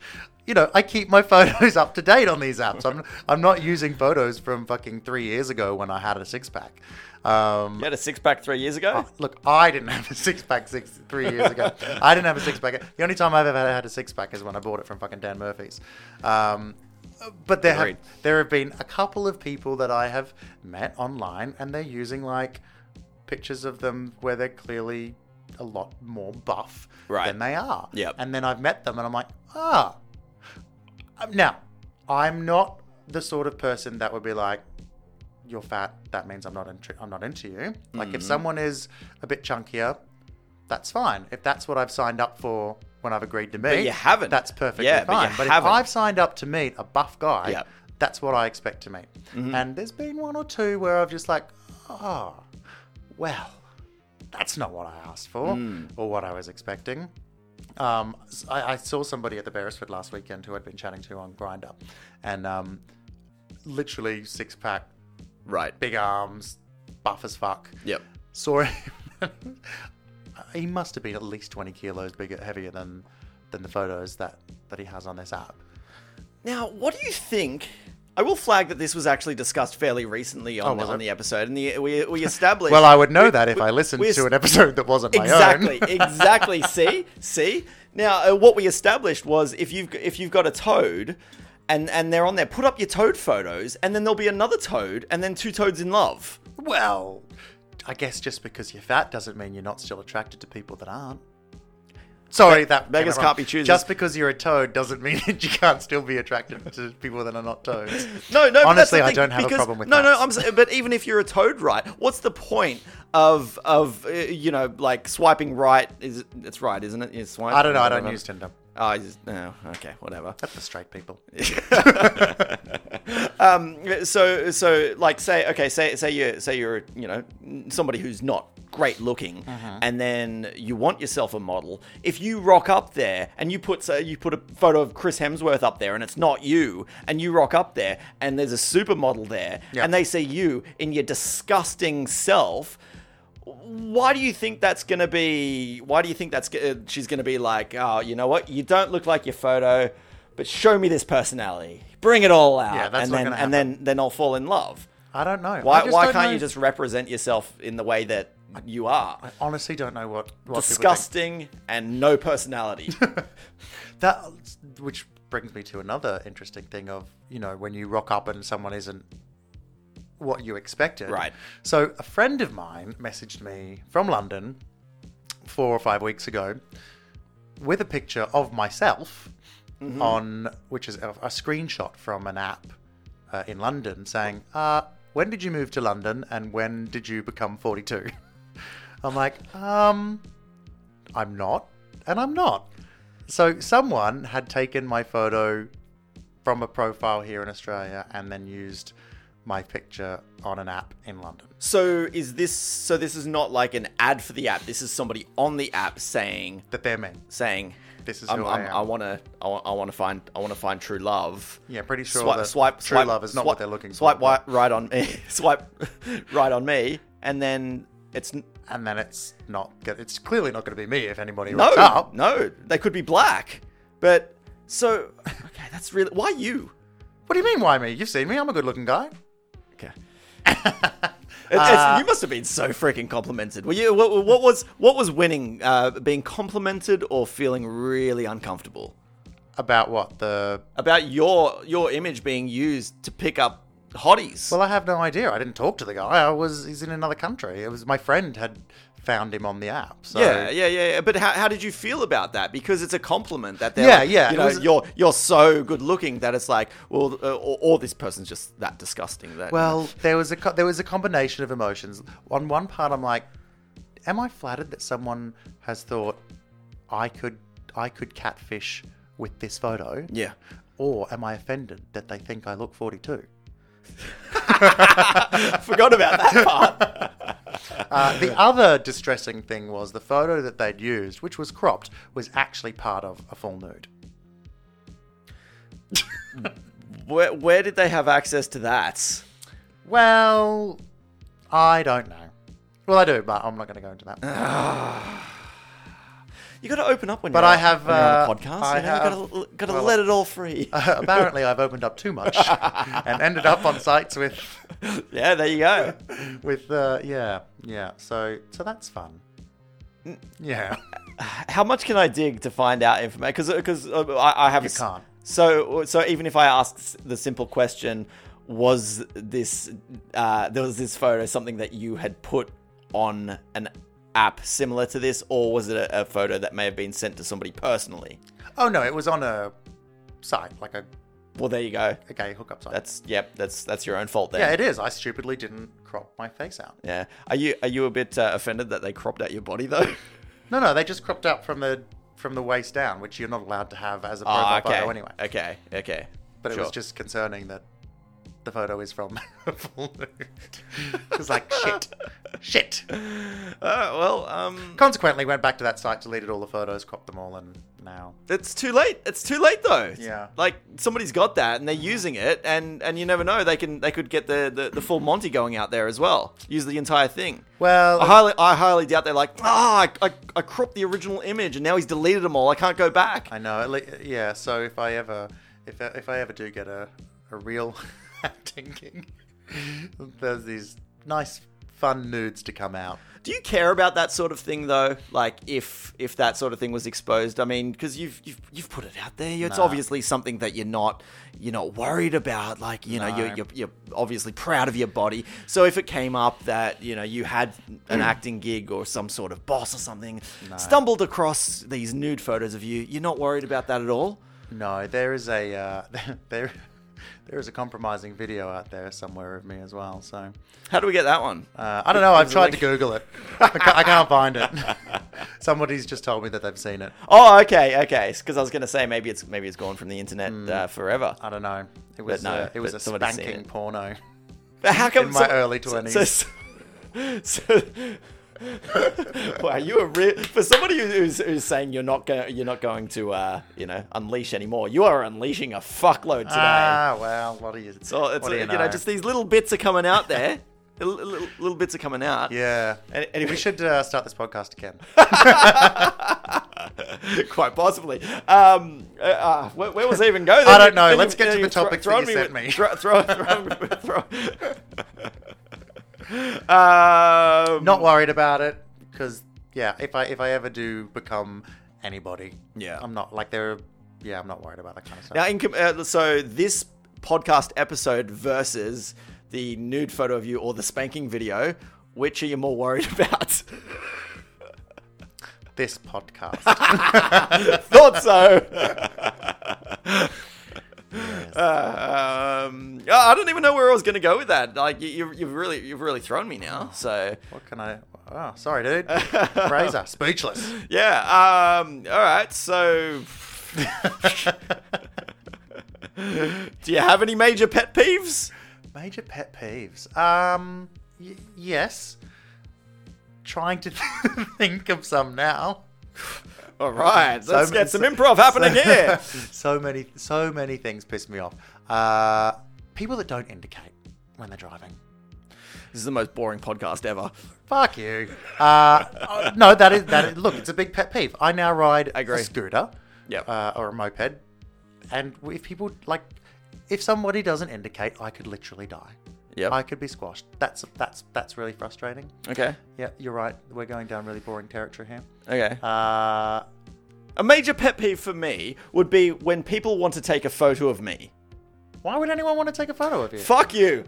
[SPEAKER 2] you know, I keep my photos up to date on these apps. I'm, I'm not using photos from fucking three years ago when I had a six pack. Um,
[SPEAKER 1] You had a six pack three years ago.
[SPEAKER 2] Oh, Look, I didn't have a six pack six three years ago. I didn't have a six pack. The only time I've ever had a six pack is when I bought it from fucking Dan Murphy's. Um, but there have,
[SPEAKER 1] Agreed.
[SPEAKER 2] there have been a couple of people that I have met online, and they're using like pictures of them where they're clearly a lot more buff
[SPEAKER 1] Right.
[SPEAKER 2] than they are.
[SPEAKER 1] Yep.
[SPEAKER 2] And then I've met them, and I'm like, ah. Um, Now, I'm not the sort of person that would be like, you're fat. That means I'm not into. I'm not into you. Like
[SPEAKER 1] Mm.
[SPEAKER 2] if someone is a bit chunkier, that's fine. If that's what I've signed up for when I've agreed to meet,
[SPEAKER 1] you haven't.
[SPEAKER 2] That's perfectly
[SPEAKER 1] Yeah, but you
[SPEAKER 2] fine. But, if
[SPEAKER 1] haven't.
[SPEAKER 2] I've signed up to meet a buff guy
[SPEAKER 1] Yep. Mm-hmm.
[SPEAKER 2] That's what I expect to meet. And there's been one or two where I've just like, oh, well, that's not what I asked for
[SPEAKER 1] Mm.
[SPEAKER 2] or what I was expecting. Um, s- I, I saw somebody at the Beresford last weekend who I'd been chatting to on Grinder, and um, literally six pack,
[SPEAKER 1] Right.
[SPEAKER 2] big arms, buff as fuck.
[SPEAKER 1] Yep.
[SPEAKER 2] Saw him. he must have been at least twenty kilos bigger, heavier than than the photos that that he has on this app.
[SPEAKER 1] Now, what do you think? I will flag that this was actually discussed fairly recently on,
[SPEAKER 2] Oh, was
[SPEAKER 1] on
[SPEAKER 2] it?
[SPEAKER 1] the episode, and the, we we established.
[SPEAKER 2] Well, I would know that if I listened
[SPEAKER 1] we-
[SPEAKER 2] to an episode that wasn't my
[SPEAKER 1] exactly,
[SPEAKER 2] own.
[SPEAKER 1] exactly. See, see. Now, uh, what we established was if you've if you've got a toad, and and they're on there, put up your toad photos, and then there'll be another toad, and then two toads in love.
[SPEAKER 2] Well, I guess just because you're fat doesn't mean you're not still attracted to people that aren't. Sorry, that
[SPEAKER 1] beggars
[SPEAKER 2] came out wrong.
[SPEAKER 1] can't be choosers.
[SPEAKER 2] Just because you're a toad doesn't mean that you can't still be attracted to people that are not toads.
[SPEAKER 1] No, no. but that's
[SPEAKER 2] Honestly,
[SPEAKER 1] the
[SPEAKER 2] I
[SPEAKER 1] thing,
[SPEAKER 2] don't have a
[SPEAKER 1] because-
[SPEAKER 2] problem with
[SPEAKER 1] no,
[SPEAKER 2] that.
[SPEAKER 1] No, I'm. s- But even if you're a toad, right? What's the point of of uh, you know like swiping right? Is it- it's right, isn't it? You swipe.
[SPEAKER 2] I don't know. I don't
[SPEAKER 1] whatever.
[SPEAKER 2] use Tinder.
[SPEAKER 1] Oh, I just, oh, okay, whatever.
[SPEAKER 2] That's for straight people.
[SPEAKER 1] Um, so, so like, say, okay, say, say you, say you're, you know, somebody who's not great looking, and then you want yourself a model. If you rock up there and you put, say, you put a photo of Chris Hemsworth up there, and it's not you, and you rock up there, and there's a supermodel there,
[SPEAKER 2] Yeah.
[SPEAKER 1] and they see you in your disgusting self. Why do you think that's gonna be? Why do you think that's g- uh, she's gonna be like? Oh, you know what? You don't look like your photo, but show me this personality. Bring it all out.
[SPEAKER 2] Yeah, that's
[SPEAKER 1] and
[SPEAKER 2] not
[SPEAKER 1] then
[SPEAKER 2] gonna
[SPEAKER 1] and then then I'll fall in love.
[SPEAKER 2] I don't know. I
[SPEAKER 1] Why
[SPEAKER 2] just
[SPEAKER 1] why
[SPEAKER 2] don't
[SPEAKER 1] can't
[SPEAKER 2] know-
[SPEAKER 1] you just represent yourself in the way that you are?
[SPEAKER 2] I honestly don't know what. what people think.
[SPEAKER 1] Disgusting and no personality.
[SPEAKER 2] That, which brings me to another interesting thing of you know when you rock up and someone isn't what you expected.
[SPEAKER 1] Right.
[SPEAKER 2] So a friend of mine messaged me from London four or five weeks ago with a picture of myself on which is a, a screenshot from an app uh, in London saying, uh, "When did you move to London and when did you become 42?" I'm like, um, I'm not, and I'm not. So someone had taken my photo from a profile here in Australia and then used my picture on an app in London.
[SPEAKER 1] so is this so this is not like an ad for the app. This is somebody on the app saying
[SPEAKER 2] That they're men.
[SPEAKER 1] saying
[SPEAKER 2] This is
[SPEAKER 1] I'm,
[SPEAKER 2] who I
[SPEAKER 1] I'm,
[SPEAKER 2] am.
[SPEAKER 1] I want to I want, I want to find I want to find true love.
[SPEAKER 2] Yeah, pretty sure
[SPEAKER 1] swipe,
[SPEAKER 2] that
[SPEAKER 1] swipe
[SPEAKER 2] true
[SPEAKER 1] swipe-
[SPEAKER 2] love is not what they're looking
[SPEAKER 1] swipe
[SPEAKER 2] for.
[SPEAKER 1] Swipe wi- right on me. swipe right on me and then it's n-
[SPEAKER 2] and then it's not. go- It's clearly not going to be me if anybody
[SPEAKER 1] No,
[SPEAKER 2] rocks up.
[SPEAKER 1] no, they could be black. But so, okay, that's really why you.
[SPEAKER 2] What do you mean? Why me? You've seen me. I'm a good-looking guy.
[SPEAKER 1] Okay, It- it's-
[SPEAKER 2] Uh,
[SPEAKER 1] you must have been so freaking complimented. Were you? What, what was what was winning? Uh, being complimented or feeling really uncomfortable
[SPEAKER 2] About what the?
[SPEAKER 1] about your your image being used to pick up hotties?
[SPEAKER 2] Well, I have no idea. I didn't talk to the guy. I was. He's in another country. It was my friend had found him on the app. So
[SPEAKER 1] yeah, yeah, yeah, yeah. But how, how did you feel about that? Because it's a compliment that they're
[SPEAKER 2] Yeah,
[SPEAKER 1] like,
[SPEAKER 2] yeah,
[SPEAKER 1] You
[SPEAKER 2] it
[SPEAKER 1] know,
[SPEAKER 2] was-
[SPEAKER 1] you're you're so good looking that it's like, well, uh, or, or this person's just that disgusting. That
[SPEAKER 2] Well, there was a co- there was a combination of emotions. On one part, I'm like, am I flattered that someone has thought I could I could catfish with this photo?
[SPEAKER 1] yeah.
[SPEAKER 2] Or am I offended that they think I look 42?
[SPEAKER 1] Forgot about that part.
[SPEAKER 2] Uh, the other distressing thing was the photo that they'd used, which was cropped, was actually part of a full nude.
[SPEAKER 1] Where, where did they have access to that?
[SPEAKER 2] Well, I don't know. Well, I do, but I'm not going to go into that.
[SPEAKER 1] You got to open up when.
[SPEAKER 2] But
[SPEAKER 1] you're
[SPEAKER 2] I
[SPEAKER 1] on-
[SPEAKER 2] have,
[SPEAKER 1] when you're on a
[SPEAKER 2] uh,
[SPEAKER 1] podcast.
[SPEAKER 2] I
[SPEAKER 1] you know,
[SPEAKER 2] have-
[SPEAKER 1] got to got to
[SPEAKER 2] well-
[SPEAKER 1] let it all free.
[SPEAKER 2] Apparently, I've opened up too much and ended up on sites with
[SPEAKER 1] yeah, there you go.
[SPEAKER 2] with uh, yeah yeah so so that's fun Mm, yeah
[SPEAKER 1] How much can I dig to find out information? Because because uh, I, I have
[SPEAKER 2] You
[SPEAKER 1] a s-
[SPEAKER 2] can't.
[SPEAKER 1] So so even if I ask s- the simple question, was this uh, there was this photo something that you had put on an app similar to this, or was it a, a photo that may have been sent to somebody personally?
[SPEAKER 2] oh no it was on a site like a,
[SPEAKER 1] Well, there you go.
[SPEAKER 2] a gay hookup site
[SPEAKER 1] That's yep. That's that's your own fault there.
[SPEAKER 2] yeah it is i stupidly didn't crop my face out
[SPEAKER 1] Yeah. Are you are you a bit uh, offended that they cropped out your body though?
[SPEAKER 2] no no they just cropped out from the from the waist down which you're not allowed to have as a profile
[SPEAKER 1] Ah, okay.
[SPEAKER 2] photo anyway
[SPEAKER 1] Okay. Okay.
[SPEAKER 2] but it
[SPEAKER 1] Sure.
[SPEAKER 2] was just concerning that the photo is from. It's like shit, shit.
[SPEAKER 1] Uh, well, um,
[SPEAKER 2] Consequently, went back to that site, deleted all the photos, cropped them all, and now
[SPEAKER 1] it's too late. It's too late though.
[SPEAKER 2] Yeah.
[SPEAKER 1] Like somebody's got that and they're using it, and and you never know. They can they could get the the, the full Monty going out there as well. Use the entire thing.
[SPEAKER 2] well,
[SPEAKER 1] I highly, I highly doubt they're like, ah, I, I, I cropped the original image and now he's deleted them all. I can't go back.
[SPEAKER 2] I know. At le- yeah. So if I ever, if I- if I ever do get a a real acting gig, there's these nice, fun nudes to come out.
[SPEAKER 1] Do you care about that sort of thing though? Like if if that sort of thing was exposed, I mean, because you've, you've you've put it out there. It's
[SPEAKER 2] Nah.
[SPEAKER 1] obviously something that you're not you're not worried about. Like you know, you're,
[SPEAKER 2] No.
[SPEAKER 1] you're you're obviously proud of your body. So if it came up that you know you had an acting gig or some sort of boss or something, stumbled across these nude photos of you, you're not worried about that at all.
[SPEAKER 2] No, there is a uh, there there is a compromising video out there somewhere of me as well. So
[SPEAKER 1] How do we get that one?
[SPEAKER 2] uh, I don't know. I've
[SPEAKER 1] Is it
[SPEAKER 2] tried
[SPEAKER 1] like-
[SPEAKER 2] to Google it. I can't, I can't find it. Somebody's just told me that they've seen it.
[SPEAKER 1] Oh, okay, okay. Because I was gonna say maybe it's maybe it's gone from the internet uh, forever.
[SPEAKER 2] I don't know. It was
[SPEAKER 1] no,
[SPEAKER 2] uh, it was
[SPEAKER 1] but
[SPEAKER 2] a
[SPEAKER 1] somebody's seen
[SPEAKER 2] spanking
[SPEAKER 1] it.
[SPEAKER 2] porno.
[SPEAKER 1] But how come
[SPEAKER 2] In my
[SPEAKER 1] so-
[SPEAKER 2] early
[SPEAKER 1] so-
[SPEAKER 2] 20s.
[SPEAKER 1] So, so, wow, you are real for somebody who- who's, who's saying you're not going you're not going to uh, you know unleash anymore. You are unleashing a fuckload today.
[SPEAKER 2] Ah, well, what are you?
[SPEAKER 1] so it's
[SPEAKER 2] what do
[SPEAKER 1] you, know? just these little bits are coming out there. little, little, little bits are coming out.
[SPEAKER 2] yeah.
[SPEAKER 1] Any- anyway.
[SPEAKER 2] we should uh, start this podcast again.
[SPEAKER 1] Quite possibly. Um, uh, uh, where, where was I even going?
[SPEAKER 2] I don't know. Let's get to the topics that you sent me.
[SPEAKER 1] Throw, throw, throw, throw. um,
[SPEAKER 2] Not worried about it because yeah, if I if I ever do become anybody,
[SPEAKER 1] Yeah.
[SPEAKER 2] I'm not like there. are- Yeah, I'm not worried about that kind of stuff.
[SPEAKER 1] Now, in, com- uh, so this podcast episode versus the nude photo of you or the spanking video, which are you more worried about?
[SPEAKER 2] This podcast.
[SPEAKER 1] Thought so. Uh, um, yeah, I don't even know where I was going to go with that. Like you, you've, you've really, you've really thrown me now. So
[SPEAKER 2] what can I? Oh, sorry, dude. Fraser, speechless.
[SPEAKER 1] yeah. Um, all right. So, do you have any major pet peeves?
[SPEAKER 2] Major pet peeves. Um, y- yes. Trying to think of some now.
[SPEAKER 1] All right.
[SPEAKER 2] So
[SPEAKER 1] Let's
[SPEAKER 2] ma-
[SPEAKER 1] get some
[SPEAKER 2] so-
[SPEAKER 1] improv happening
[SPEAKER 2] so,
[SPEAKER 1] here.
[SPEAKER 2] so many, so many things piss me off. Uh, people that don't indicate when they're driving.
[SPEAKER 1] This is the most boring podcast ever.
[SPEAKER 2] Fuck you. Uh, oh, no, that is that. Is, look, it's a big pet peeve. I now ride
[SPEAKER 1] I agree.
[SPEAKER 2] a scooter,
[SPEAKER 1] Yep.
[SPEAKER 2] uh, or a moped, and if people like, if somebody doesn't indicate, I could literally die.
[SPEAKER 1] Yep.
[SPEAKER 2] I could be squashed. That's that's that's really frustrating.
[SPEAKER 1] Okay.
[SPEAKER 2] Yeah, you're right. We're going down really boring territory here.
[SPEAKER 1] Okay.
[SPEAKER 2] Uh,
[SPEAKER 1] a major pet peeve for me would be when people want to take a photo of me.
[SPEAKER 2] why would anyone want to take a photo of you?
[SPEAKER 1] Fuck you.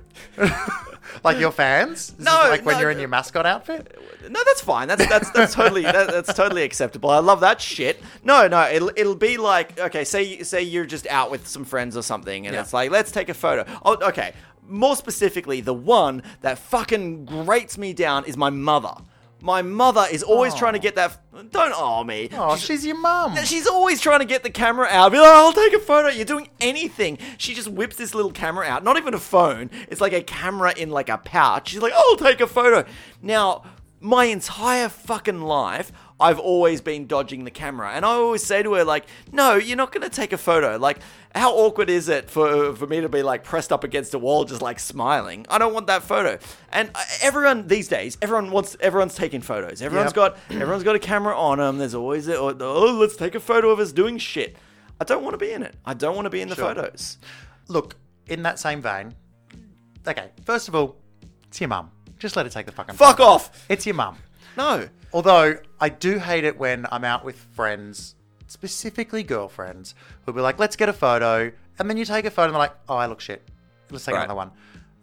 [SPEAKER 2] like your fans? Is this
[SPEAKER 1] No,
[SPEAKER 2] like when
[SPEAKER 1] no.
[SPEAKER 2] you're in your mascot outfit.
[SPEAKER 1] No, that's fine. That's that's that's totally that, that's totally acceptable. I love that shit. No, no, it'll it'll be like okay, say say you're just out with some friends or something, and
[SPEAKER 2] Yeah.
[SPEAKER 1] it's like let's take a photo. Oh, okay. More specifically, the one that fucking grates me down is my mother. My mother is always trying to get that. Don't aw me.
[SPEAKER 2] Oh, she's your mum.
[SPEAKER 1] Yeah, She's always trying to get the camera out. Be like, I'll take a photo. You're doing anything. She just whips this little camera out. Not even a phone. It's like a camera in like a pouch. She's like, I'll take a photo. Now, my entire fucking life, I've always been dodging the camera, and I always say to her like, No, you're not gonna take a photo. Like, how awkward is it for for me to be like pressed up against a wall, just like smiling? I don't want that photo. And uh, everyone these days, everyone wants everyone's taking photos. Everyone's
[SPEAKER 2] Yep.
[SPEAKER 1] got Everyone's got a camera on them. There's always a, oh, oh, let's take a photo of us doing shit. I don't want to be in it. I don't want to be in the
[SPEAKER 2] Sure.
[SPEAKER 1] photos.
[SPEAKER 2] Look, in that same vein, okay, first of all, it's your mum. Just let her take the fucking
[SPEAKER 1] Fuck off.
[SPEAKER 2] It's your mum.
[SPEAKER 1] No.
[SPEAKER 2] Although, I do hate it when I'm out with friends, specifically girlfriends, who'll be like, let's get a photo. And then you take a photo and they're like, oh, I look shit. Let's take
[SPEAKER 1] Right.
[SPEAKER 2] another one.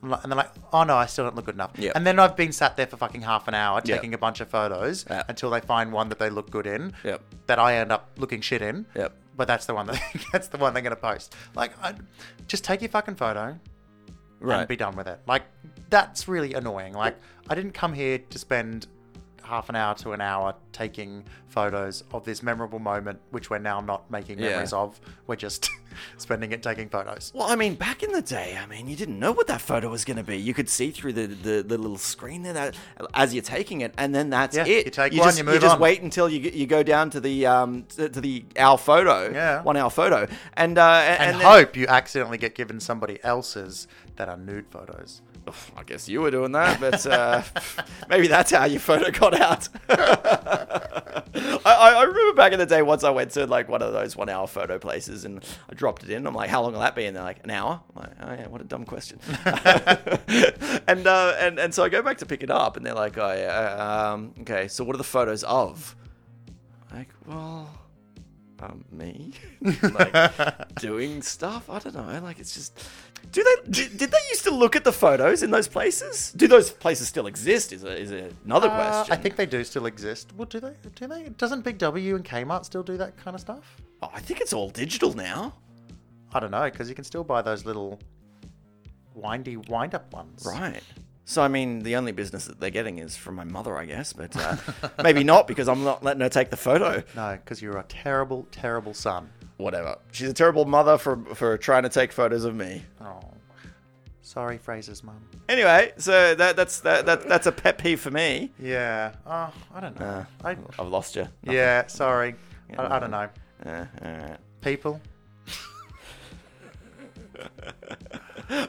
[SPEAKER 2] I'm like- And they're like, oh no, I still don't look good enough.
[SPEAKER 1] Yep.
[SPEAKER 2] And then I've been sat there for fucking half an hour
[SPEAKER 1] Yep.
[SPEAKER 2] taking a bunch of photos
[SPEAKER 1] Yep.
[SPEAKER 2] until they find one that they look good in,
[SPEAKER 1] Yep.
[SPEAKER 2] that I end up looking shit in.
[SPEAKER 1] Yep.
[SPEAKER 2] But that's the one that that's the one they're gonna post. Like, I, just take your fucking photo, and be done with it. Like that's really annoying. Like I didn't come here to spend half an hour to an hour taking photos of this memorable moment, which we're now not making
[SPEAKER 1] Yeah.
[SPEAKER 2] memories of. We're just spending it taking photos.
[SPEAKER 1] Well, I mean, back in the day, I mean, you didn't know what that photo was going to be. You could see through the, the, the little screen there that as you're taking it, and then that's
[SPEAKER 2] Yeah,
[SPEAKER 1] it.
[SPEAKER 2] you take one,
[SPEAKER 1] just,
[SPEAKER 2] you move
[SPEAKER 1] just
[SPEAKER 2] on.
[SPEAKER 1] wait until you, you go down to the um to, to the our photo,
[SPEAKER 2] Yeah.
[SPEAKER 1] one hour photo, and uh, and,
[SPEAKER 2] And,
[SPEAKER 1] then-
[SPEAKER 2] hope you accidentally get given somebody else's that are nude photos.
[SPEAKER 1] Oof, I guess you were doing that, but uh, maybe that's how your photo got out.
[SPEAKER 2] Uh,
[SPEAKER 1] I, I I remember back in the day, once I went to like one of those one-hour photo places, and I dropped it in. I'm like, "How long will that be?" And they're like, "An hour." I'm like, "Oh yeah, what a dumb question." and uh, and and so I go back to pick it up, and they're like, "Oh yeah, uh, um, okay. So what are the photos of?" Like, well, um, me, like doing stuff. I don't know. Like, it's just. Do they? d did they used to look at the photos in those places? Do those places still exist? Is a, is another
[SPEAKER 2] Uh,
[SPEAKER 1] question.
[SPEAKER 2] I think they do still exist. Well, do they? Do they? Doesn't Big W and Kmart still do that kind of stuff?
[SPEAKER 1] Oh, I think it's all digital now,
[SPEAKER 2] I don't know because you can still buy those little windy wind-up ones.
[SPEAKER 1] right? So I mean, the only business that they're getting is from my mother, I guess, but uh, maybe not because I'm not letting her take the photo.
[SPEAKER 2] No, because you're a terrible, terrible son.
[SPEAKER 1] Whatever. She's a terrible mother for for trying to take photos of me.
[SPEAKER 2] Oh, sorry, Fraser's mum.
[SPEAKER 1] Anyway, so that that's that, that that's a pet peeve for me.
[SPEAKER 2] Yeah. Oh, I don't know.
[SPEAKER 1] Uh,
[SPEAKER 2] I,
[SPEAKER 1] I've lost you.
[SPEAKER 2] yeah, sorry. I, I don't know.
[SPEAKER 1] Uh, all right.
[SPEAKER 2] People.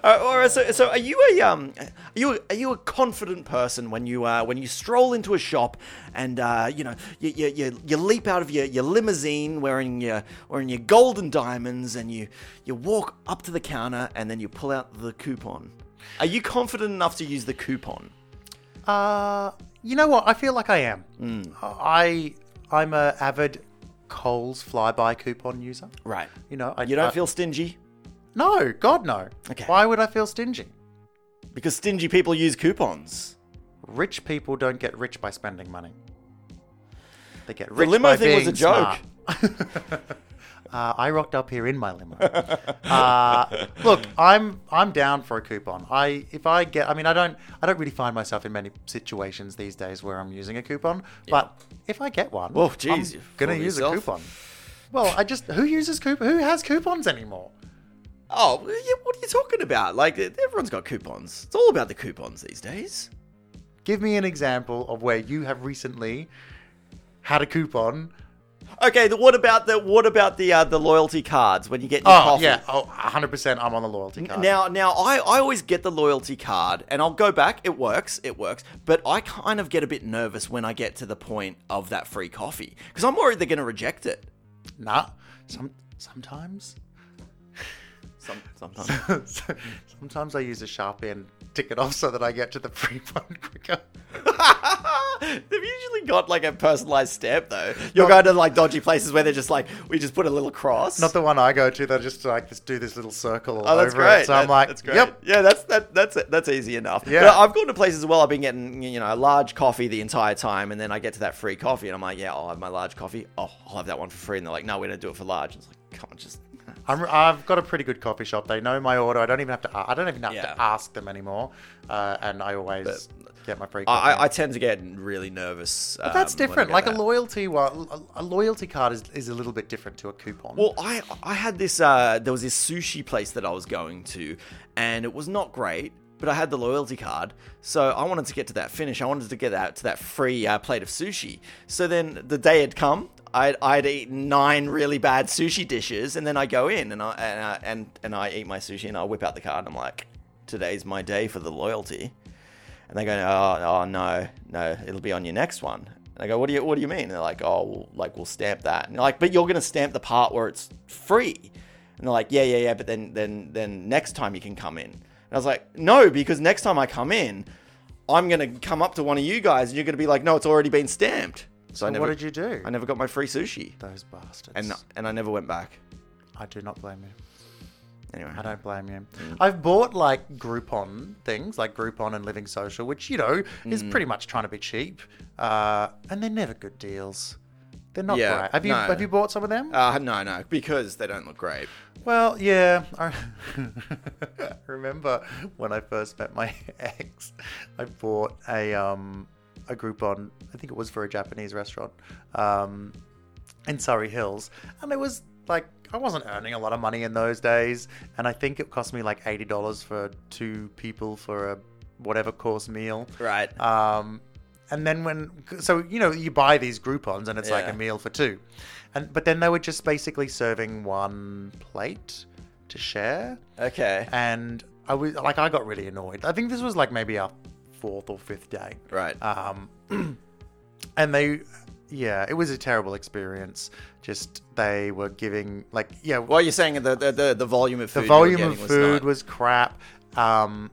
[SPEAKER 1] Uh, all right, so, so are you a um, are you a, are you a confident person when you uh, when you stroll into a shop and uh, you know you, you, you, you leap out of your, your limousine wearing your wearing your golden diamonds and you you walk up to the counter and then you pull out the coupon. Are you confident enough to use the coupon?
[SPEAKER 2] Uh, you know what? I feel like I am.
[SPEAKER 1] Mm.
[SPEAKER 2] I I'm a avid Coles flyby coupon user.
[SPEAKER 1] Right.
[SPEAKER 2] You know, I
[SPEAKER 1] You don't
[SPEAKER 2] I-
[SPEAKER 1] feel stingy
[SPEAKER 2] No, God no.
[SPEAKER 1] Okay.
[SPEAKER 2] Why would I feel stingy?
[SPEAKER 1] because stingy people use coupons.
[SPEAKER 2] Rich people don't get rich by spending money. They get
[SPEAKER 1] The
[SPEAKER 2] rich.
[SPEAKER 1] limo
[SPEAKER 2] by
[SPEAKER 1] thing was
[SPEAKER 2] being
[SPEAKER 1] a joke.
[SPEAKER 2] smart. uh, I rocked up here in my limo. Uh, look, I'm I'm down for a coupon. I if I get, I mean, I don't I don't really find myself in many situations these days where I'm using a coupon. But if I get one,
[SPEAKER 1] Whoa, jeez,
[SPEAKER 2] I'm
[SPEAKER 1] you
[SPEAKER 2] gonna
[SPEAKER 1] fool
[SPEAKER 2] use
[SPEAKER 1] yourself.
[SPEAKER 2] a coupon. Well, I just who uses coupon? Who has coupons anymore?
[SPEAKER 1] Oh, yeah, what are you talking about? Like everyone's got coupons. It's all about the coupons these days.
[SPEAKER 2] Give me an example of where you have recently had a coupon
[SPEAKER 1] Okay, the, what about the what about the uh, the loyalty cards when you get your
[SPEAKER 2] Oh
[SPEAKER 1] coffee?
[SPEAKER 2] yeah, oh, 100 percent. I'm on the loyalty card.
[SPEAKER 1] Now, now I, I always get the loyalty card, and I'll go back. It works, it works. But I kind of get a bit nervous when I get to the point of that free coffee because I'm worried they're going to reject it.
[SPEAKER 2] nah, some sometimes,
[SPEAKER 1] Some, sometimes.
[SPEAKER 2] sometimes I use a sharp end, tick it off so that I get to the free one quicker.
[SPEAKER 1] Ah, They've usually got like a personalized stamp though. You're going to like dodgy places where they're just like, we just put a little cross.
[SPEAKER 2] Not the one I go to. They just like just do this little circle all
[SPEAKER 1] Oh, that's
[SPEAKER 2] over
[SPEAKER 1] great.
[SPEAKER 2] it. So I'm
[SPEAKER 1] That-
[SPEAKER 2] like,
[SPEAKER 1] that's great.
[SPEAKER 2] yep.
[SPEAKER 1] Yeah, that's that, that's that's easy enough.
[SPEAKER 2] Yeah.
[SPEAKER 1] But I've gone to places as well. I've been getting you know a large coffee the entire time, and then I get to that free coffee, and I'm like, yeah, I'll have my large coffee. Oh, I'll have that one for free. And they're like, no, we're gonna do it for large. And it's like, come on, just
[SPEAKER 2] I'm, I've got a pretty good coffee shop. They know my order. I don't even have to. a- I don't even have
[SPEAKER 1] Yeah.
[SPEAKER 2] to ask them anymore. Uh, and I always get my free coffee.
[SPEAKER 1] I, um, I, I tend to get really nervous. um, But
[SPEAKER 2] that's different. Like a loyalty one, a loyalty card is, is a little bit different to a coupon.
[SPEAKER 1] Well, I I had this. Uh, there was this sushi place that I was going to, and it was not great. But I had the loyalty card, so I wanted to get to that finish. I wanted to get out to that free uh, plate of sushi. So then the day had come. I'd, I'd eaten nine really bad sushi dishes, and then I go in and I and I, and, and I eat my sushi and I whip out the card. and I'm like, today's my day for the loyalty. And they go, oh, oh no, no, it'll be on your next one. And I go, what do you what do you mean? And they're like, oh, we'll, like we'll stamp that. And they're like, but you're gonna stamp the part where it's free. And they're like, yeah, yeah, yeah, but then then then next time you can come in. And I was like, no, because next time I come in, I'm gonna come up to one of you guys and you're gonna be like, no, it's already been stamped. So, I
[SPEAKER 2] So
[SPEAKER 1] never,
[SPEAKER 2] what did you do?
[SPEAKER 1] I never got my free sushi,
[SPEAKER 2] Those bastards.
[SPEAKER 1] and and I never went back.
[SPEAKER 2] I do not blame you.
[SPEAKER 1] Anyway,
[SPEAKER 2] I don't blame you.
[SPEAKER 1] Mm.
[SPEAKER 2] I've bought like Groupon things, like Groupon and Living Social, which you know is
[SPEAKER 1] Mm.
[SPEAKER 2] pretty much trying to be cheap, uh, and they're never good deals. They're not
[SPEAKER 1] Yeah,
[SPEAKER 2] great. Have you
[SPEAKER 1] no.
[SPEAKER 2] have you bought some of them?
[SPEAKER 1] Uh, no, no, because they don't look great.
[SPEAKER 2] well, yeah. I remember when I first met my ex, I bought a um, a Groupon. I think it was for a Japanese restaurant um, in Surrey Hills, and it was like I wasn't earning a lot of money in those days, and I think it cost me like eighty dollars for two people for a whatever course meal.
[SPEAKER 1] Right.
[SPEAKER 2] Um, and then when so you know you buy these Groupon's and it's like
[SPEAKER 1] Yeah.
[SPEAKER 2] a meal for two, and but then they were just basically serving one plate to share,
[SPEAKER 1] Okay.
[SPEAKER 2] and I was like I got really annoyed. I think this was like maybe our fourth or fifth day,
[SPEAKER 1] Right.
[SPEAKER 2] um, and they, yeah, it was a terrible experience. Just they were giving like yeah,
[SPEAKER 1] Well, you're saying the the, the, the volume of food.
[SPEAKER 2] the
[SPEAKER 1] you were
[SPEAKER 2] volume
[SPEAKER 1] getting
[SPEAKER 2] of
[SPEAKER 1] was
[SPEAKER 2] food
[SPEAKER 1] not-
[SPEAKER 2] was crap. Um,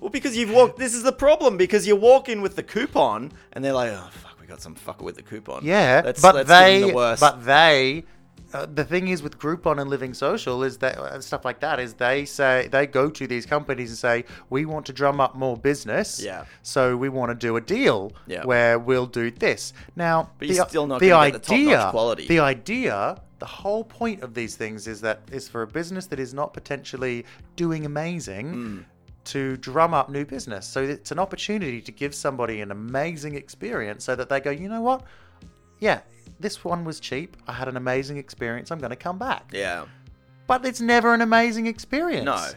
[SPEAKER 1] Well, because you've walked. This is the problem because you walk in with the coupon, and they're like, "Oh fuck, we got some fucker with the coupon."
[SPEAKER 2] Yeah,
[SPEAKER 1] Let's-
[SPEAKER 2] but,
[SPEAKER 1] let's give 'em
[SPEAKER 2] they,
[SPEAKER 1] the worst.
[SPEAKER 2] but they, uh, the thing is with Groupon and Living Social is that and stuff like that is they say they go to these companies and say we want to drum up more business.
[SPEAKER 1] Yeah.
[SPEAKER 2] So we want to do a deal
[SPEAKER 1] Yeah.
[SPEAKER 2] where we'll do this. Now,
[SPEAKER 1] But you're still not
[SPEAKER 2] the
[SPEAKER 1] gonna get the
[SPEAKER 2] idea,
[SPEAKER 1] top-notch quality.
[SPEAKER 2] The idea, the whole point of these things is that is for a business that is not potentially doing amazing.
[SPEAKER 1] Mm.
[SPEAKER 2] To drum up new business. So it's an opportunity to give somebody an amazing experience so that they go, you know what? yeah, this one was cheap. I had an amazing experience. I'm going to come back.
[SPEAKER 1] yeah.
[SPEAKER 2] But it's never an amazing experience.
[SPEAKER 1] No.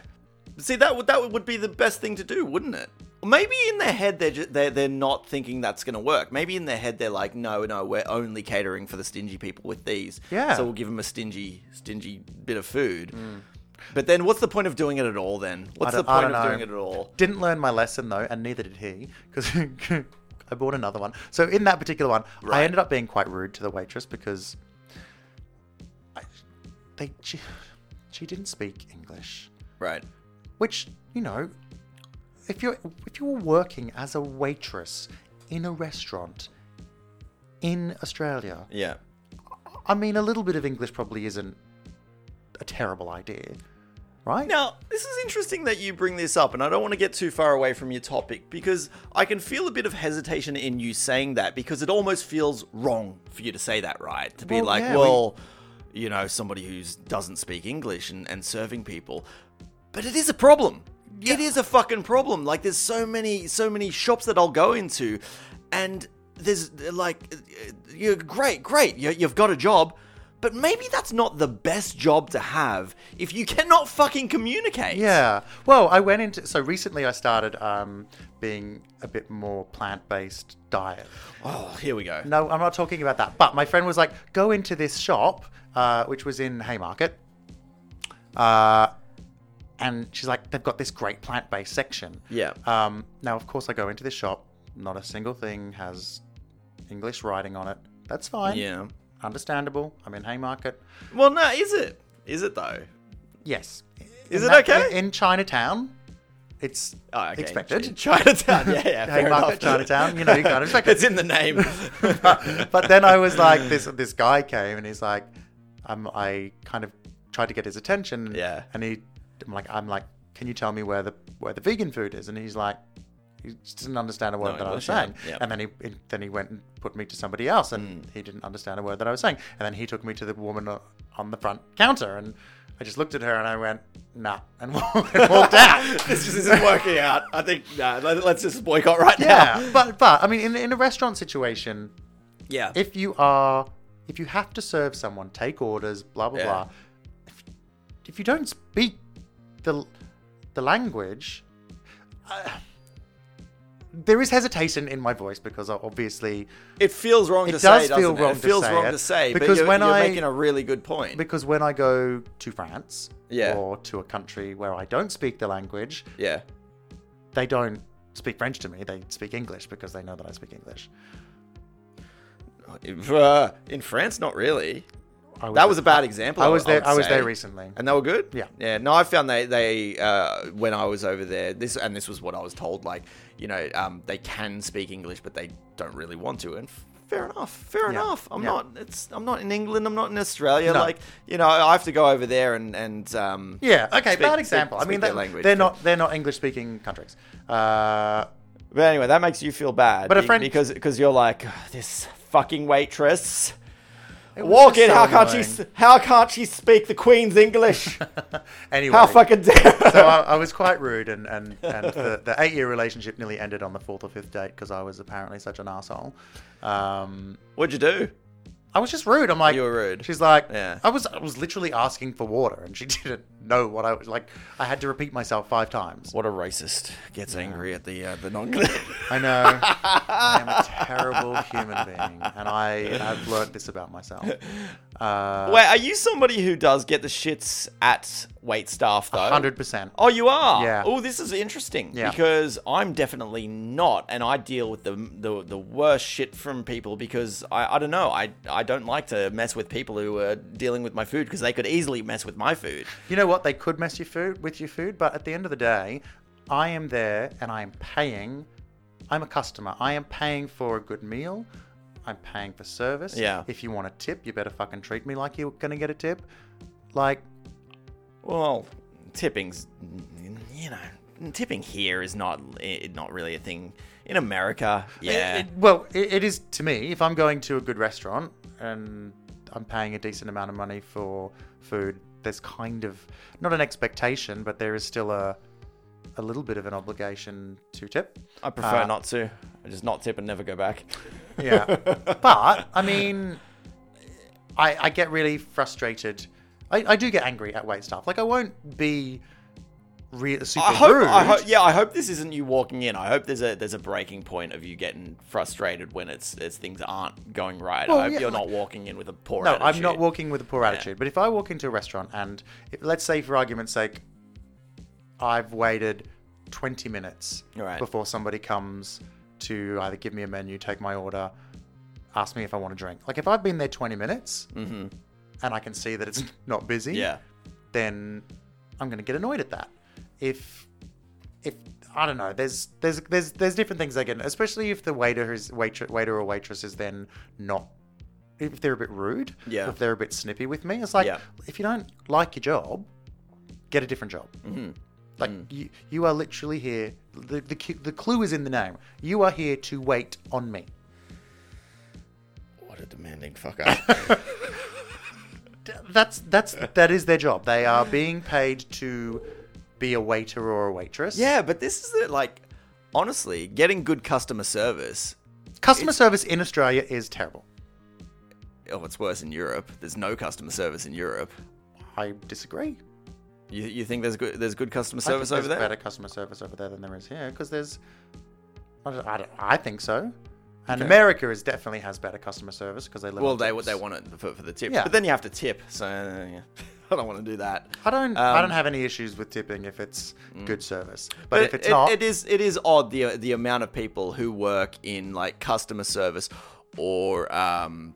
[SPEAKER 1] See, that would that would be the best thing to do, wouldn't it? Maybe in their head they're just, they're they're not thinking that's going to work. Maybe in their head they're like, no, no, we're only catering for the stingy people with these.
[SPEAKER 2] Yeah.
[SPEAKER 1] So we'll give them a stingy, stingy bit of food. But then, what's the point of doing it at all? Then, what's the
[SPEAKER 2] don't- I
[SPEAKER 1] point of
[SPEAKER 2] don't know.
[SPEAKER 1] doing it at all?
[SPEAKER 2] Didn't learn my lesson though, and neither did he, because I bought another one. So in that particular one, I ended up being quite rude to the waitress because I, they she, she didn't speak English,
[SPEAKER 1] Right.
[SPEAKER 2] which you know, if you're if you're working as a waitress in a restaurant in Australia,
[SPEAKER 1] Yeah.
[SPEAKER 2] I mean, a little bit of English probably isn't a terrible idea, right?
[SPEAKER 1] Now, this is interesting that you bring this up, and I don't want to get too far away from your topic because I can feel a bit of hesitation in you saying that because it almost feels wrong for you to say that, right? To be
[SPEAKER 2] Well,
[SPEAKER 1] like,
[SPEAKER 2] yeah,
[SPEAKER 1] well, you know, somebody who doesn't speak English and, and serving people. But it is a problem. It is a fucking problem. Like, there's so many, so many shops that I'll go into, and there's like, uh, you're great, great, you you've got a job. But maybe that's not the best job to have if you cannot fucking communicate.
[SPEAKER 2] Yeah. Well, I went into so recently. I started um, being a bit more plant-based diet.
[SPEAKER 1] Oh, here we go.
[SPEAKER 2] No, I'm not talking about that. But my friend was like, go into this shop, uh, which was in Haymarket. Uh, and she's like, they've got this great plant based section.
[SPEAKER 1] Yeah.
[SPEAKER 2] Um, now, of course, I go into this shop. Not a single thing has English writing on it. That's fine.
[SPEAKER 1] Yeah.
[SPEAKER 2] Understandable. I'm in Haymarket.
[SPEAKER 1] Well, no, is it? Is it though?
[SPEAKER 2] Yes.
[SPEAKER 1] Is
[SPEAKER 2] In
[SPEAKER 1] it okay?
[SPEAKER 2] In, in Chinatown, it's
[SPEAKER 1] Oh, okay.
[SPEAKER 2] expected.
[SPEAKER 1] Chinatown. Yeah, yeah. fair
[SPEAKER 2] Haymarket,
[SPEAKER 1] enough.
[SPEAKER 2] Chinatown, you know, you kind of expect it.
[SPEAKER 1] It's in the name.
[SPEAKER 2] but then I was like, this this guy came and he's like, I'm, I kind of tried to get his attention.
[SPEAKER 1] Yeah.
[SPEAKER 2] And he, I'm like, I'm like, can you tell me where the where the vegan food is? And he's like, he just didn't understand a word
[SPEAKER 1] No
[SPEAKER 2] that I
[SPEAKER 1] English,
[SPEAKER 2] was
[SPEAKER 1] yeah.
[SPEAKER 2] saying.
[SPEAKER 1] Yeah. Mm.
[SPEAKER 2] And then he then he went and put me to somebody else, and he didn't understand a word that I was saying. And then he took me to the woman o- on the front counter, and I just looked at her and I went, nah, and walked out.
[SPEAKER 1] this just isn't working out. I think. Nah, let, let's just boycott right
[SPEAKER 2] Yeah,
[SPEAKER 1] now.
[SPEAKER 2] but but I mean, in in a restaurant situation,
[SPEAKER 1] Yeah.
[SPEAKER 2] if you are if you have to serve someone take orders blah blah
[SPEAKER 1] Yeah.
[SPEAKER 2] blah if, if you don't speak the the language uh, there is hesitation in my voice because I- obviously
[SPEAKER 1] it feels wrong to
[SPEAKER 2] It
[SPEAKER 1] say,
[SPEAKER 2] does
[SPEAKER 1] doesn't
[SPEAKER 2] feel
[SPEAKER 1] it?
[SPEAKER 2] wrong
[SPEAKER 1] it
[SPEAKER 2] to
[SPEAKER 1] feels
[SPEAKER 2] say
[SPEAKER 1] wrong
[SPEAKER 2] it,
[SPEAKER 1] to say,
[SPEAKER 2] because
[SPEAKER 1] but you're,
[SPEAKER 2] when
[SPEAKER 1] you're
[SPEAKER 2] I-
[SPEAKER 1] making a really good point.
[SPEAKER 2] because when I go to France
[SPEAKER 1] Yeah.
[SPEAKER 2] or to a country where I don't speak the language
[SPEAKER 1] yeah.
[SPEAKER 2] they don't speak French to me they speak English because they know that I speak English
[SPEAKER 1] Uh, in France, not really.
[SPEAKER 2] I
[SPEAKER 1] That was a bad example.
[SPEAKER 2] I
[SPEAKER 1] w-
[SPEAKER 2] was there
[SPEAKER 1] would
[SPEAKER 2] I was
[SPEAKER 1] say.
[SPEAKER 2] there recently
[SPEAKER 1] and they were good.
[SPEAKER 2] Yeah.
[SPEAKER 1] yeah. No, I found they they uh, when I was over there. This and this was what I was told. Like, you know, um, they can speak English, but they don't really want to. And f- fair enough, fair
[SPEAKER 2] Yeah.
[SPEAKER 1] enough. I'm
[SPEAKER 2] Yeah.
[SPEAKER 1] not. It's I'm not in England. I'm not in Australia.
[SPEAKER 2] No.
[SPEAKER 1] Like, you know, I have to go over there and and um,
[SPEAKER 2] Yeah. Okay.
[SPEAKER 1] Speak-
[SPEAKER 2] bad
[SPEAKER 1] speak-
[SPEAKER 2] example. I
[SPEAKER 1] speak
[SPEAKER 2] mean,
[SPEAKER 1] their
[SPEAKER 2] that,
[SPEAKER 1] language,
[SPEAKER 2] they're
[SPEAKER 1] but-
[SPEAKER 2] not they're not English speaking countries. Uh,
[SPEAKER 1] But anyway, that makes you feel bad.
[SPEAKER 2] But a
[SPEAKER 1] be-
[SPEAKER 2] friend-
[SPEAKER 1] because because you're like "Ugh, this fucking waitress.
[SPEAKER 2] It was
[SPEAKER 1] Walk in.
[SPEAKER 2] just so
[SPEAKER 1] how can't she?
[SPEAKER 2] annoying.
[SPEAKER 1] s- How can't she speak the Queen's English?
[SPEAKER 2] anyway,
[SPEAKER 1] How fucking dare?
[SPEAKER 2] so I, I was quite rude, and and, and the, the eight year relationship nearly ended on the fourth or fifth date because I was apparently such an asshole. Um,
[SPEAKER 1] What'd you do?
[SPEAKER 2] I was just rude. I'm like,
[SPEAKER 1] You were rude.
[SPEAKER 2] She's like,
[SPEAKER 1] Yeah.
[SPEAKER 2] I was I was literally asking for water, and she didn't know what I was like. I had to repeat myself five times.
[SPEAKER 1] What a racist gets angry at the uh, the non.
[SPEAKER 2] I know. I am a terrible human being, and I have learnt this about myself. Uh,
[SPEAKER 1] Wait, are you somebody who does get the shits at wait staff though?
[SPEAKER 2] hundred percent.
[SPEAKER 1] Oh, you are.
[SPEAKER 2] Yeah.
[SPEAKER 1] Oh, this is interesting
[SPEAKER 2] Yeah.
[SPEAKER 1] because I'm definitely not, and I deal with the the, the worst shit from people because I, I don't know I I don't like to mess with people who are dealing with my food because they could easily mess with my food.
[SPEAKER 2] You know what? They could mess your food with your food, but at the end of the day, I am there and I am paying. I'm a customer. I am paying for a good meal. I'm paying for service.
[SPEAKER 1] Yeah.
[SPEAKER 2] If you want a tip, you better fucking treat me like you're gonna get a tip. Like,
[SPEAKER 1] Well, tipping's you know tipping here is not i- not really a thing in America. Yeah.
[SPEAKER 2] it- well, it, it is to me. If I'm going to a good restaurant and I'm paying a decent amount of money for food, there's kind of not an expectation, but there is still a a little bit of an obligation to tip.
[SPEAKER 1] I prefer
[SPEAKER 2] Uh,
[SPEAKER 1] not to. I just not tip and never go back.
[SPEAKER 2] Yeah. but I mean, I, I get really frustrated. I, I do get angry at wait staff. Like I won't be re- super
[SPEAKER 1] I hope,
[SPEAKER 2] rude.
[SPEAKER 1] I hope, yeah, I hope this isn't you walking in. I hope there's a there's a breaking point of you getting frustrated when it's as things aren't going right.
[SPEAKER 2] Well,
[SPEAKER 1] I hope
[SPEAKER 2] yeah,
[SPEAKER 1] you're
[SPEAKER 2] like-
[SPEAKER 1] not walking in with a poor
[SPEAKER 2] no,
[SPEAKER 1] attitude.
[SPEAKER 2] I'm not walking with a poor attitude. But if I walk into a restaurant and if, let's say, for argument's sake, I've waited 20 minutes
[SPEAKER 1] Right.
[SPEAKER 2] before somebody comes to either give me a menu, take my order, ask me if I want a drink. Like if I've been there 20 minutes and I can see that it's not busy,
[SPEAKER 1] Mm-hmm. Yeah,
[SPEAKER 2] then I'm going to get annoyed at that. If if I don't know, there's there's there's there's different things I get, especially if the waiter is waiter waiter or waitress is then not if they're a bit rude,
[SPEAKER 1] Yeah.
[SPEAKER 2] if they're a bit snippy with me, it's like
[SPEAKER 1] Yeah.
[SPEAKER 2] if you don't like your job, get a different job.
[SPEAKER 1] Mm-hmm.
[SPEAKER 2] Like
[SPEAKER 1] Mm.
[SPEAKER 2] you, you are literally here. The, the cu- the clue is in the name. You are here to wait on me.
[SPEAKER 1] what a demanding fucker.
[SPEAKER 2] D- That's that's that is their job. They are being paid to be a waiter or a waitress.
[SPEAKER 1] yeah, but this is it. Like, honestly, getting good customer service.
[SPEAKER 2] Customer service in Australia is terrible.
[SPEAKER 1] Oh, it's worse in Europe. There's no customer service in Europe.
[SPEAKER 2] I disagree.
[SPEAKER 1] You, you think there's good there's good customer
[SPEAKER 2] I think
[SPEAKER 1] service over
[SPEAKER 2] there's
[SPEAKER 1] there?
[SPEAKER 2] Better customer service over there than there is here because there's. I, don't- I, don't- I think so. And America is definitely has better customer service because they live.
[SPEAKER 1] Well,
[SPEAKER 2] on
[SPEAKER 1] they
[SPEAKER 2] tips.
[SPEAKER 1] they want it for, for the tips,
[SPEAKER 2] Yeah.
[SPEAKER 1] but then you have to tip. So uh, yeah. I don't want to do that.
[SPEAKER 2] I
[SPEAKER 1] Um,
[SPEAKER 2] don't.
[SPEAKER 1] Mm.
[SPEAKER 2] I don't have any issues with tipping if it's good service, but, if it's
[SPEAKER 1] it,
[SPEAKER 2] not,
[SPEAKER 1] it is it is odd the the amount of people who work in like customer service or um,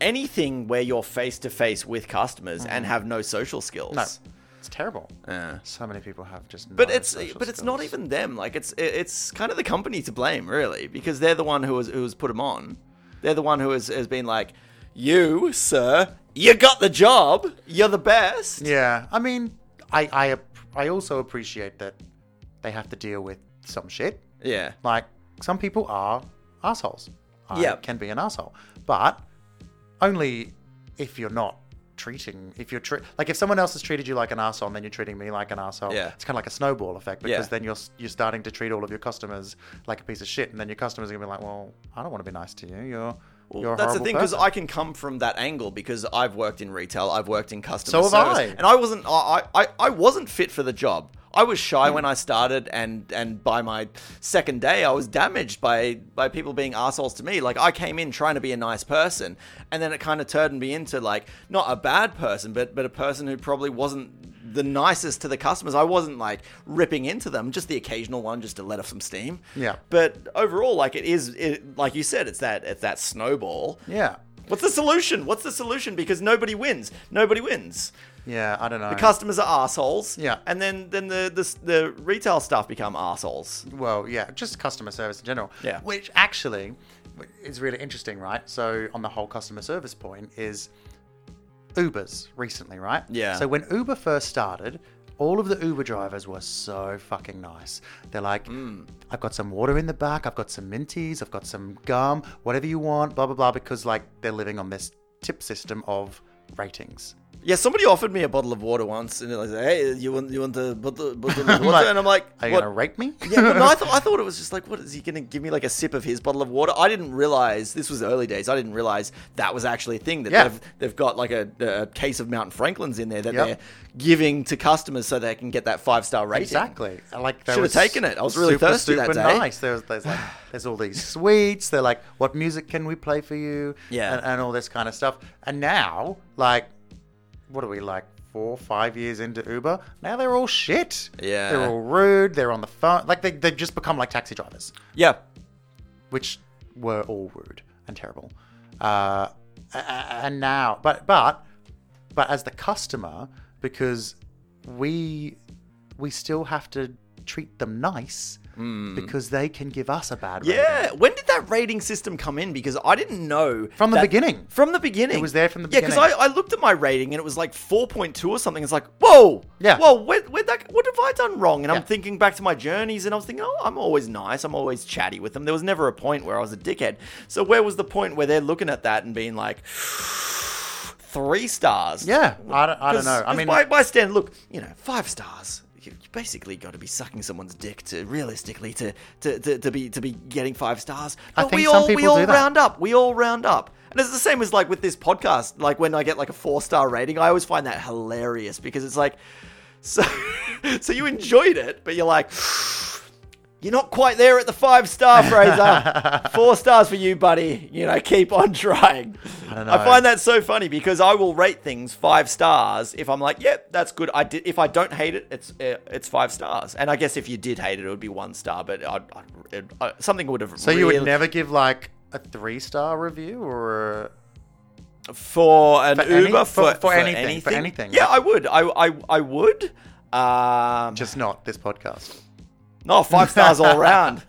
[SPEAKER 1] anything where you're face to face with customers and have no social skills.
[SPEAKER 2] Mm-hmm. no, it's terrible.
[SPEAKER 1] Yeah.
[SPEAKER 2] So many people have just.
[SPEAKER 1] But
[SPEAKER 2] no
[SPEAKER 1] it's but
[SPEAKER 2] social
[SPEAKER 1] it's not
[SPEAKER 2] skills.
[SPEAKER 1] even them. Like it's it- it's kind of the company to blame, really, because they're the one who has who's put them on. They're the one who has, has been like, "You, sir, you got the job. You're the best."
[SPEAKER 2] Yeah, I mean, I I ap- I also appreciate that they have to deal with some shit.
[SPEAKER 1] Yeah.
[SPEAKER 2] Like some people are assholes. I
[SPEAKER 1] Yeah.
[SPEAKER 2] can be an asshole, but only if you're not treating. If you're tre- like if someone else has treated you like an asshole, and then you're treating me like an asshole.
[SPEAKER 1] Yeah.
[SPEAKER 2] it's kind of like a snowball effect because
[SPEAKER 1] Yeah.
[SPEAKER 2] then you're s- you're starting to treat all of your customers like a piece of shit, and then your customers are gonna be like, well, I don't want to be nice to you. You're you're a
[SPEAKER 1] That's the
[SPEAKER 2] horrible
[SPEAKER 1] thing because
[SPEAKER 2] person."
[SPEAKER 1] I can come from that angle because I've worked in retail, I've worked in customer
[SPEAKER 2] So have
[SPEAKER 1] service,
[SPEAKER 2] I.
[SPEAKER 1] and I wasn't I, I I wasn't fit for the job. I was
[SPEAKER 2] Hmm.
[SPEAKER 1] shy when I started, and and by my second day, I was damaged by by people being assholes to me. Like I came in trying to be a nice person, and then it kind of turned me into like not a bad person, but but a person who probably wasn't the nicest to the customers. I wasn't like ripping into them, just the occasional one, just to let off some steam.
[SPEAKER 2] Yeah.
[SPEAKER 1] But overall, like it is, it, like you said, it's that it's that snowball.
[SPEAKER 2] yeah.
[SPEAKER 1] What's the solution? What's the solution? Because nobody wins. Nobody wins.
[SPEAKER 2] Yeah, I don't know.
[SPEAKER 1] Customers are assholes.
[SPEAKER 2] Yeah.
[SPEAKER 1] And then then the the, the retail staff become assholes.
[SPEAKER 2] well, yeah, just customer service in general.
[SPEAKER 1] Yeah.
[SPEAKER 2] Which actually is really interesting, right? So on the whole customer service point is Ubers recently, right?
[SPEAKER 1] Yeah.
[SPEAKER 2] So when Uber first started, all of the Uber drivers were so fucking nice. They're like,
[SPEAKER 1] Hmm.
[SPEAKER 2] I've got some water in the back, I've got some minties, I've got some gum, whatever you want, blah blah blah, because like they're living on this tip system of ratings.
[SPEAKER 1] Yeah, somebody offered me a bottle of water once, and they're like, "Hey, you want you want the bottle, bottle of
[SPEAKER 2] I'm
[SPEAKER 1] water?"
[SPEAKER 2] like,
[SPEAKER 1] and I'm like,
[SPEAKER 2] Are you
[SPEAKER 1] "What?"
[SPEAKER 2] gonna rate me?
[SPEAKER 1] yeah, well, no, I, thought I thought it was just like, what is he going to give me like a sip of his bottle of water? I didn't realize this was the early days. I didn't realize that was actually a thing that
[SPEAKER 2] Yeah.
[SPEAKER 1] they've, they've got like a, a case of Mountain Franklins in there that
[SPEAKER 2] Yep.
[SPEAKER 1] they're giving to customers so they can get that five star rating.
[SPEAKER 2] Exactly. I Like there
[SPEAKER 1] Should've
[SPEAKER 2] was
[SPEAKER 1] taken it. I was really
[SPEAKER 2] super,
[SPEAKER 1] thirsty that
[SPEAKER 2] super
[SPEAKER 1] day.
[SPEAKER 2] Nice. There was, there's like there's all these sweets. They're like, what music can we play for you?
[SPEAKER 1] Yeah.
[SPEAKER 2] and, and all this kind of stuff. And now, like, what are we like four, five years into Uber? Now they're all shit.
[SPEAKER 1] Yeah.
[SPEAKER 2] they're all rude. They're on the phone. Like they they just become like taxi drivers,
[SPEAKER 1] Yeah,
[SPEAKER 2] which were all rude and terrible. Uh, a- a- and now, but but but as the customer, because we we still have to treat them nice because they can give us a bad rating.
[SPEAKER 1] Hmm. yeah. When did that rating system come in? Because I didn't know
[SPEAKER 2] From the
[SPEAKER 1] that-
[SPEAKER 2] beginning.
[SPEAKER 1] From the beginning,
[SPEAKER 2] It was there from the
[SPEAKER 1] Yeah,
[SPEAKER 2] beginning.
[SPEAKER 1] because I, I looked at my rating and it was like four point two or something. It's like, whoa,
[SPEAKER 2] Yeah.
[SPEAKER 1] whoa, where, where that, what have I done wrong? And
[SPEAKER 2] Yeah.
[SPEAKER 1] I'm thinking back to my journeys and I was thinking, oh, I'm always nice, I'm always chatty with them. There was never a point where I was a dickhead. So where was the point where they're looking at that and being like, three stars?
[SPEAKER 2] Yeah, I don't, I don't
[SPEAKER 1] 'Cause-
[SPEAKER 2] know. I
[SPEAKER 1] 'cause
[SPEAKER 2] mean,
[SPEAKER 1] by, by stand, look, you know, five stars. You you basically got to be sucking someone's dick to realistically to to, to, to be to be getting five stars.
[SPEAKER 2] I
[SPEAKER 1] But
[SPEAKER 2] think
[SPEAKER 1] we
[SPEAKER 2] some
[SPEAKER 1] all we
[SPEAKER 2] people
[SPEAKER 1] all
[SPEAKER 2] do that.
[SPEAKER 1] round up. We all round up. And it's the same as like with this podcast. Like when I get like a four star rating, I always find that hilarious because it's like, so so you enjoyed it, but you're like, you're not quite there at the five star, Fraser. Four stars for you, buddy. You know, keep on trying. I,
[SPEAKER 2] don't know.
[SPEAKER 1] find that so funny because I will rate things five stars if I'm like, yep, that's good. I did. If I don't hate it, it's uh, it's five stars. And I guess if you did hate it, it would be one star. But I'd, I'd, it, I, something would have.
[SPEAKER 2] so you would never give like a three star review or a,
[SPEAKER 1] for an
[SPEAKER 2] any-
[SPEAKER 1] Uber
[SPEAKER 2] for-
[SPEAKER 1] for,
[SPEAKER 2] for anything, for anything.
[SPEAKER 1] Yeah, I would. I I, I would. Um,
[SPEAKER 2] just not this podcast.
[SPEAKER 1] no five stars all round.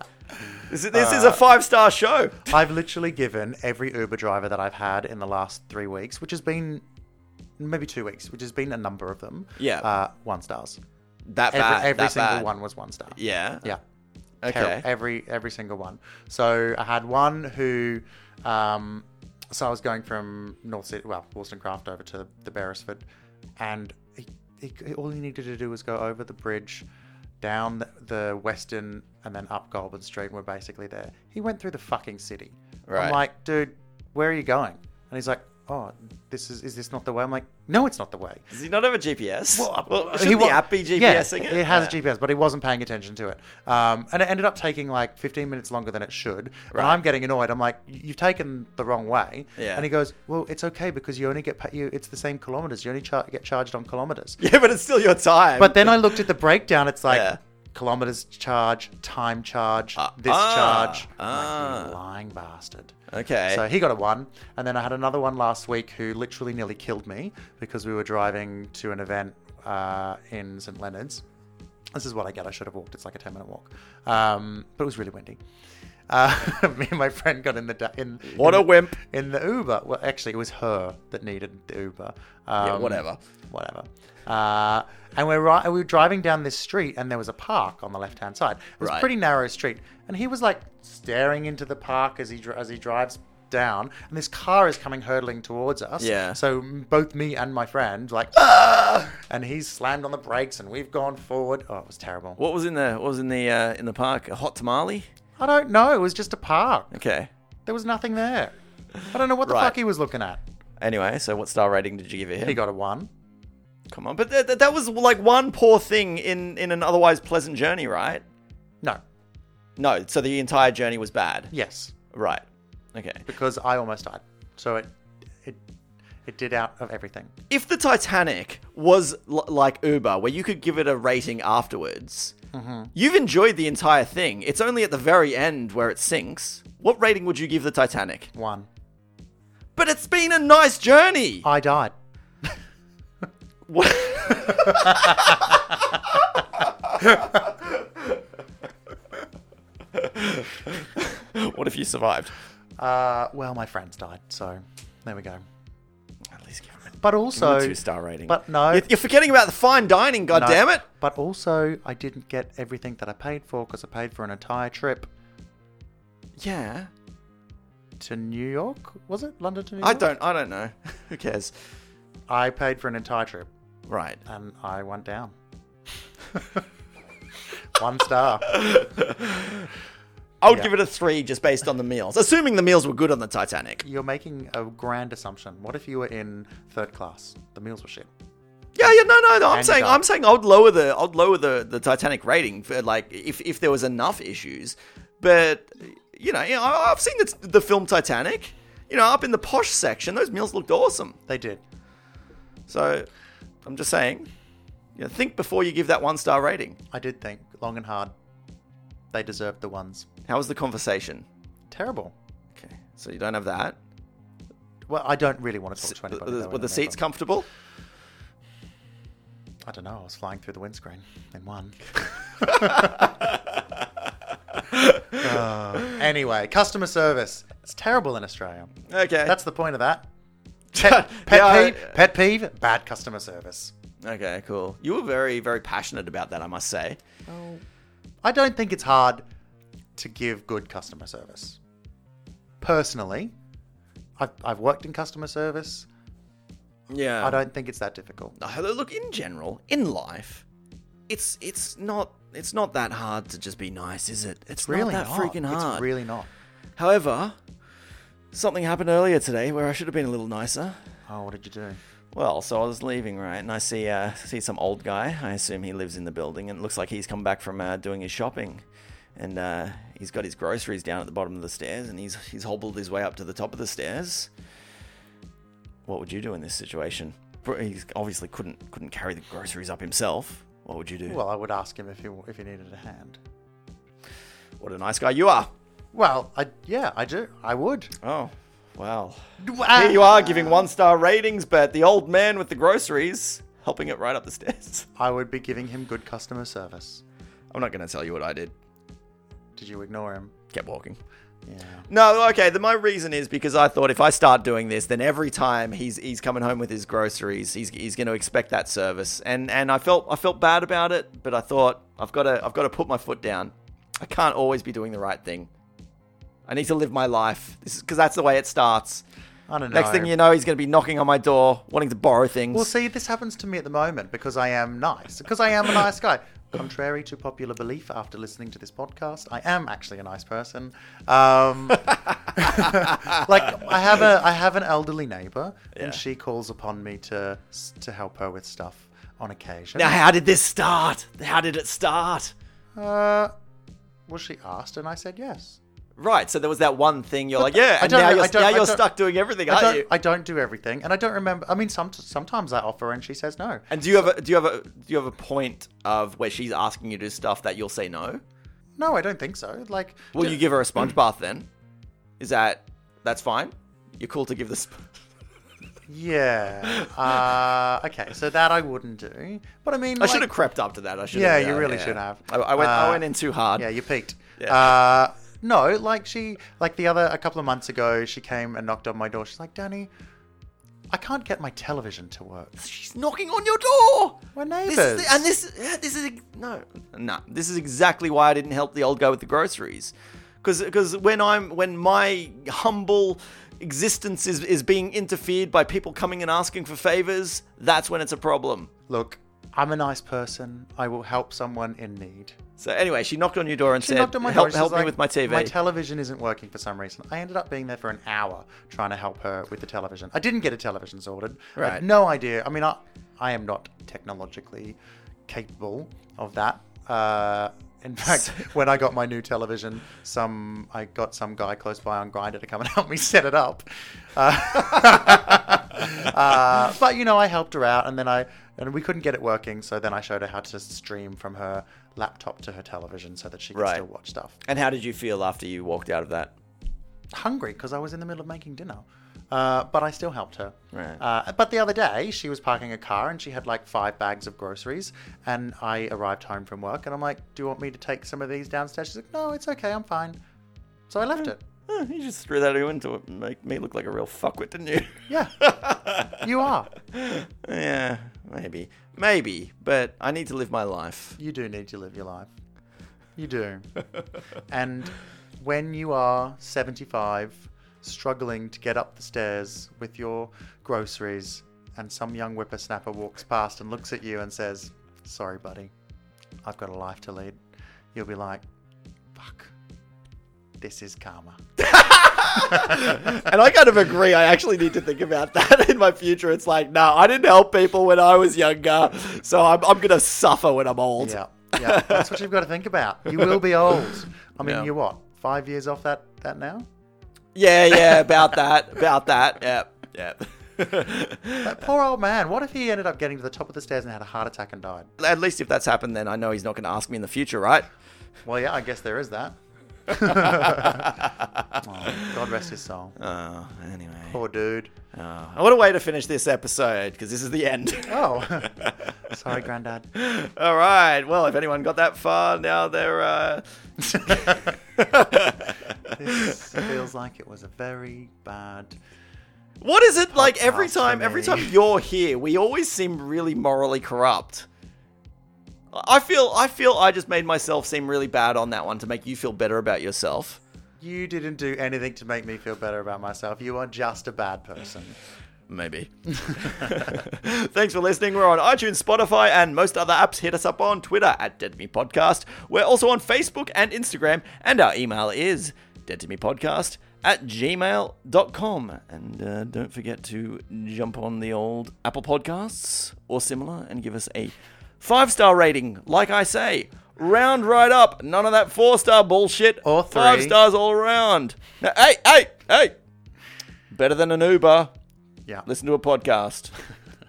[SPEAKER 1] This, is- this is a five star show.
[SPEAKER 2] I've literally given every Uber driver that I've had in the last three weeks, which has been maybe two weeks, which has been a number of them.
[SPEAKER 1] Yeah.
[SPEAKER 2] uh, one stars.
[SPEAKER 1] That
[SPEAKER 2] Every,
[SPEAKER 1] bad.
[SPEAKER 2] every
[SPEAKER 1] that
[SPEAKER 2] single
[SPEAKER 1] bad.
[SPEAKER 2] one was one star.
[SPEAKER 1] Yeah.
[SPEAKER 2] Yeah.
[SPEAKER 1] Okay.
[SPEAKER 2] Terri- Every every single one. So I had one who, um, so I was going from North City, well, Wollstonecraft over to the Beresford, and he, he, all he needed to do was go over the bridge, down the, the Western, and then up Goulburn Street. And we're basically there. He went through the fucking city. I'm
[SPEAKER 1] Right.
[SPEAKER 2] like, dude, where are you going? And he's like, oh, this is is this not the way? I'm like, no, it's not the way.
[SPEAKER 1] Does he not have a GPS? Well, should
[SPEAKER 2] uh, he
[SPEAKER 1] the
[SPEAKER 2] wa-
[SPEAKER 1] app be
[SPEAKER 2] Yeah,
[SPEAKER 1] GPSing it?
[SPEAKER 2] It has
[SPEAKER 1] Yeah.
[SPEAKER 2] a GPS, but he wasn't paying attention to it. Um, and it ended up taking like 15 minutes longer than it should. And
[SPEAKER 1] Right.
[SPEAKER 2] I'm getting annoyed. I'm like, "You- you've taken the wrong way.
[SPEAKER 1] Yeah.
[SPEAKER 2] And he goes, well, it's okay because you only get pa- you. It's the same kilometers. You only char- get charged on kilometers.
[SPEAKER 1] Yeah, but it's still your time.
[SPEAKER 2] But then I looked at the breakdown. It's like
[SPEAKER 1] Yeah.
[SPEAKER 2] kilometers charge, time charge,
[SPEAKER 1] Ah,
[SPEAKER 2] this
[SPEAKER 1] ah,
[SPEAKER 2] charge. I'm like,
[SPEAKER 1] ah.
[SPEAKER 2] "You lying bastard.
[SPEAKER 1] Okay.
[SPEAKER 2] So he got a one, and then I had another one last week who literally nearly killed me because we were driving to an event uh, in St Leonard's. This is what I get. I should have walked. It's like a ten minute walk, um, but it was really windy. Uh, me and my friend got in the da- in
[SPEAKER 1] What
[SPEAKER 2] in
[SPEAKER 1] a
[SPEAKER 2] the-
[SPEAKER 1] wimp.
[SPEAKER 2] in the Uber. Well, actually, it was her that needed the Uber. Um,
[SPEAKER 1] Yeah, whatever.
[SPEAKER 2] whatever. Uh, and we're right, we were driving down this street, and there was a park on the left hand side. It was a
[SPEAKER 1] Right.
[SPEAKER 2] pretty narrow street, and he was like staring into the park as he dri- as he drives down, and this car is coming hurtling towards us.
[SPEAKER 1] Yeah. Ah!
[SPEAKER 2] So m- both me and my friend like, and he's slammed on the brakes, and we've gone forward. Oh, it was terrible.
[SPEAKER 1] what was in the what was in the uh, in the park? A hot tamale.
[SPEAKER 2] I don't know. It was just a park.
[SPEAKER 1] Okay.
[SPEAKER 2] There was nothing there. I don't know what the
[SPEAKER 1] Right.
[SPEAKER 2] fuck he was looking at.
[SPEAKER 1] Anyway, so what star rating did you give it?
[SPEAKER 2] He got a one.
[SPEAKER 1] Come on, but th- th- that was like one poor thing in in an otherwise pleasant journey, right?
[SPEAKER 2] No.
[SPEAKER 1] No, so the entire journey was bad.
[SPEAKER 2] Yes.
[SPEAKER 1] Right. Okay.
[SPEAKER 2] because I almost died. So it it it did out of everything.
[SPEAKER 1] if the Titanic was l- like Uber, where you could give it a rating afterwards,
[SPEAKER 2] Mm-hmm.
[SPEAKER 1] you've enjoyed the entire thing. It's only at the very end where it sinks. What rating would you give the Titanic?
[SPEAKER 2] One.
[SPEAKER 1] But it's been a nice journey.
[SPEAKER 2] I died.
[SPEAKER 1] What- what if you survived?
[SPEAKER 2] Uh, well, my friends died. So there we go.
[SPEAKER 1] At least give him
[SPEAKER 2] But
[SPEAKER 1] a
[SPEAKER 2] also,
[SPEAKER 1] two star rating.
[SPEAKER 2] but no,
[SPEAKER 1] You're- You're forgetting about the fine dining, God
[SPEAKER 2] no.
[SPEAKER 1] damn it!
[SPEAKER 2] But also, I didn't get everything that I paid for because I paid for an entire trip.
[SPEAKER 1] Yeah.
[SPEAKER 2] to New York. Was it London to New York?
[SPEAKER 1] I don't. I don't know. Who cares?
[SPEAKER 2] I paid for an entire trip
[SPEAKER 1] Right.
[SPEAKER 2] and I went down. One star.
[SPEAKER 1] I would
[SPEAKER 2] Yeah.
[SPEAKER 1] give it a three just based on the meals, assuming the meals were good on the Titanic.
[SPEAKER 2] You're making a grand assumption. What if you were in third class? The meals were shit.
[SPEAKER 1] Yeah, yeah, no, no, no. I'm
[SPEAKER 2] And uh,
[SPEAKER 1] saying,
[SPEAKER 2] done.
[SPEAKER 1] I'm saying, I'd lower the, I'd lower the, the Titanic rating for like if if there was enough issues, but you know, yeah, I- I've seen the, the film Titanic. You know, up in the posh section, those meals looked awesome.
[SPEAKER 2] They did.
[SPEAKER 1] So, I'm just saying, you know, think before you give that one star rating.
[SPEAKER 2] I did think long and hard. They deserved the ones.
[SPEAKER 1] How was the conversation?
[SPEAKER 2] Terrible.
[SPEAKER 1] Okay, so you don't have that.
[SPEAKER 2] Well, I don't really want to talk to
[SPEAKER 1] Were
[SPEAKER 2] anybody.
[SPEAKER 1] the,
[SPEAKER 2] though,
[SPEAKER 1] were
[SPEAKER 2] in
[SPEAKER 1] the
[SPEAKER 2] there,
[SPEAKER 1] seats
[SPEAKER 2] but-
[SPEAKER 1] comfortable?
[SPEAKER 2] I don't know. I was flying through the windscreen in one. Uh, anyway, customer service. It's terrible in Australia.
[SPEAKER 1] Okay,
[SPEAKER 2] That's the point of that. Pet, pet
[SPEAKER 1] Uh, Yeah,
[SPEAKER 2] peeve.
[SPEAKER 1] I- uh,
[SPEAKER 2] Pet peeve. Bad customer service.
[SPEAKER 1] okay, cool. You were very, very passionate about that, I must say.
[SPEAKER 2] I don't think it's hard to give good customer service. Personally, I've, I've worked in customer service.
[SPEAKER 1] Yeah,
[SPEAKER 2] I don't think it's that difficult.
[SPEAKER 1] No, look in general in life it's it's not it's not that hard to just be nice is it it's,
[SPEAKER 2] Really
[SPEAKER 1] not that freaking hard
[SPEAKER 2] It's really not.
[SPEAKER 1] however something happened earlier today where i should have been a little nicer
[SPEAKER 2] Oh, what did you do?
[SPEAKER 1] well so i was leaving right and i see uh, see some old guy i assume he lives in the building and it looks like he's come back from uh, doing his shopping and uh, he's got his groceries down at the bottom of the stairs and he's he's hobbled his way up to the top of the stairs what would you do in this situation? He obviously couldn't couldn't carry the groceries up himself. What would you do?
[SPEAKER 2] Well, I would ask him if he if he needed a hand.
[SPEAKER 1] what a nice guy you are.
[SPEAKER 2] Well, I yeah, I do. I would.
[SPEAKER 1] Oh, well.
[SPEAKER 2] Ah,
[SPEAKER 1] Here you are giving one star ratings, but the old man with the groceries helping it right up the stairs.
[SPEAKER 2] I would be giving him good customer service.
[SPEAKER 1] I'm not going to tell you what I did.
[SPEAKER 2] Did you ignore him?
[SPEAKER 1] Kept walking.
[SPEAKER 2] Yeah.
[SPEAKER 1] No, okay. The, my reason is because I thought if I start doing this, then every time he's he's coming home with his groceries, he's, he's going to expect that service, and and I felt I felt bad about it, but I thought I've got to I've got to put my foot down. I can't always be doing the right thing. I need to live my life. This is because that's the way it starts.
[SPEAKER 2] I don't know.
[SPEAKER 1] Next thing you know, he's going to be knocking on my door, wanting to borrow things.
[SPEAKER 2] Well, see, this happens to me at the moment because I am nice. Because I am a nice guy. Contrary to popular belief, after listening to this podcast, I am actually a nice person. Um, like I have a I have an elderly neighbour,
[SPEAKER 1] Yeah.
[SPEAKER 2] and she calls upon me to to help her with stuff on occasion.
[SPEAKER 1] now, how did this start? How did it start?
[SPEAKER 2] Uh, well, she asked, and I said yes.
[SPEAKER 1] Right. So there was that one thing. You're like,
[SPEAKER 2] I
[SPEAKER 1] yeah, and
[SPEAKER 2] don't
[SPEAKER 1] now
[SPEAKER 2] know- I
[SPEAKER 1] you're,
[SPEAKER 2] don't-
[SPEAKER 1] now
[SPEAKER 2] I
[SPEAKER 1] you're
[SPEAKER 2] don't-
[SPEAKER 1] stuck doing everything,
[SPEAKER 2] I
[SPEAKER 1] aren't
[SPEAKER 2] don't,
[SPEAKER 1] you?
[SPEAKER 2] I don't do everything, and I don't remember. I mean, some, sometimes I offer, and she says no.
[SPEAKER 1] And do you have a do you have a do you have a point of where she's asking you to do stuff that you'll say no?
[SPEAKER 2] No, I don't think so. Like,
[SPEAKER 1] Will you give her a
[SPEAKER 2] Mm.
[SPEAKER 1] sponge bath then? Is that that's fine? You're cool to give this.
[SPEAKER 2] yeah. Uh, okay, so that I wouldn't do. But I mean,
[SPEAKER 1] I
[SPEAKER 2] like,
[SPEAKER 1] should have crept up to that. I should.
[SPEAKER 2] Yeah,
[SPEAKER 1] have,
[SPEAKER 2] you really should have.
[SPEAKER 1] I, I went. I
[SPEAKER 2] Uh,
[SPEAKER 1] went in too hard.
[SPEAKER 2] Yeah, you peaked.
[SPEAKER 1] Yeah.
[SPEAKER 2] Uh, no, like she, like the other, a couple of months ago, she came and knocked on my door. She's like, Danny, I can't get my television to work.
[SPEAKER 1] She's knocking on your door.
[SPEAKER 2] We're
[SPEAKER 1] This
[SPEAKER 2] neighbors.
[SPEAKER 1] is the- and this yeah, this is no no. This is exactly why I didn't help the old guy with the groceries, because when I'm when my humble existence is is being interfered by people coming and asking for favors, that's when it's a problem.
[SPEAKER 2] Look, I'm a nice person. I will help someone in need.
[SPEAKER 1] So anyway, she knocked on your door and
[SPEAKER 2] She
[SPEAKER 1] said,
[SPEAKER 2] knocked on my door.
[SPEAKER 1] "Help,
[SPEAKER 2] She's
[SPEAKER 1] help me
[SPEAKER 2] like,
[SPEAKER 1] with my TV."
[SPEAKER 2] My television isn't working for some reason. I ended up being there for an hour trying to help her with the television. I didn't get a television sorted. I
[SPEAKER 1] Right.
[SPEAKER 2] had no idea. I mean, I, I am not technologically capable of that. Uh, in fact, when I got my new television, some I got some guy close by on Grinder to come and help me set it up. Uh, uh, but you know, I helped her out, and then I and we couldn't get it working. So then I showed her how to stream from her laptop to her television so that she could
[SPEAKER 1] Right.
[SPEAKER 2] still watch stuff.
[SPEAKER 1] and how did you feel after you walked out of that?
[SPEAKER 2] hungry because I was in the middle of making dinner. Uh, but I still helped her.
[SPEAKER 1] Right.
[SPEAKER 2] Uh, but the other day, she was parking a car and she had like five bags of groceries. And I arrived home from work and I'm like, Do you want me to take some of these downstairs? She's like, No, it's okay. I'm fine. So I left it.
[SPEAKER 1] Eh, you just threw that in to make me look like a real fuckwit, didn't you?
[SPEAKER 2] Yeah. you are.
[SPEAKER 1] yeah, maybe, maybe, but I need to live my life.
[SPEAKER 2] You do need to live your life. You do. and when you are 75, struggling to get up the stairs with your groceries, and some young whippersnapper walks past and looks at you and says, Sorry, buddy, I've got a life to lead. You'll be like, Fuck, this is karma.
[SPEAKER 1] and I kind of agree. I actually need to think about that in my future. It's like, no, I didn't help people when I was younger, so I'm, I'm going to suffer when I'm old.
[SPEAKER 2] Yeah, yeah, that's what you've got to think about. You will be old. I mean,
[SPEAKER 1] Yeah.
[SPEAKER 2] you're what, five years off that, that now?
[SPEAKER 1] yeah, yeah, about that, about that. Yeah, yeah.
[SPEAKER 2] That poor old man. What if he ended up getting to the top of the stairs and had a heart attack and died?
[SPEAKER 1] At least if that's happened, then I know he's not going to ask me in the future, right?
[SPEAKER 2] Well, yeah, I guess there is that. Oh, God rest his soul.
[SPEAKER 1] Oh, anyway.
[SPEAKER 2] Poor dude.
[SPEAKER 1] Oh, what a way to finish this episode, because this is the end.
[SPEAKER 2] Oh, sorry, Grandad.
[SPEAKER 1] All right. Well, if anyone got that far, now they're. Uh...
[SPEAKER 2] This feels like it was a very bad.
[SPEAKER 1] What is it like every
[SPEAKER 2] Podcast for
[SPEAKER 1] time? Every
[SPEAKER 2] me.
[SPEAKER 1] time you're here, we always seem really morally corrupt. I feel. I feel. I just made myself seem really bad on that one to make you feel better about yourself.
[SPEAKER 2] You didn't do anything to make me feel better about myself. You are just a bad person.
[SPEAKER 1] Maybe. Thanks for listening. We're on iTunes, Spotify, and most other apps. Hit us up on Twitter at Dead to Me Podcast. We're also on Facebook and Instagram, and our email is dead to me podcast at gmail.com. And uh, don't forget to jump on the old Apple Podcasts or similar and give us a five star rating, like I say. Round right up. None of that four star bullshit.
[SPEAKER 2] Or
[SPEAKER 1] Five
[SPEAKER 2] three.
[SPEAKER 1] stars all around. Now, hey, hey, hey. Better than an Uber
[SPEAKER 2] Yeah.
[SPEAKER 1] listen to a podcast.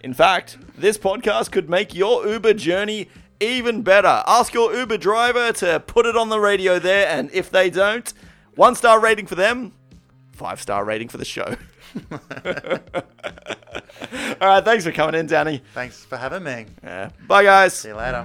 [SPEAKER 1] In fact, this podcast could make your Uber journey even better. Ask your Uber driver to put it on the radio there, and if they don't, one star rating for them, five star rating for the show. All right, thanks for coming in, Danny.
[SPEAKER 2] Thanks for having me.
[SPEAKER 1] Uh, bye, guys.
[SPEAKER 2] See you later.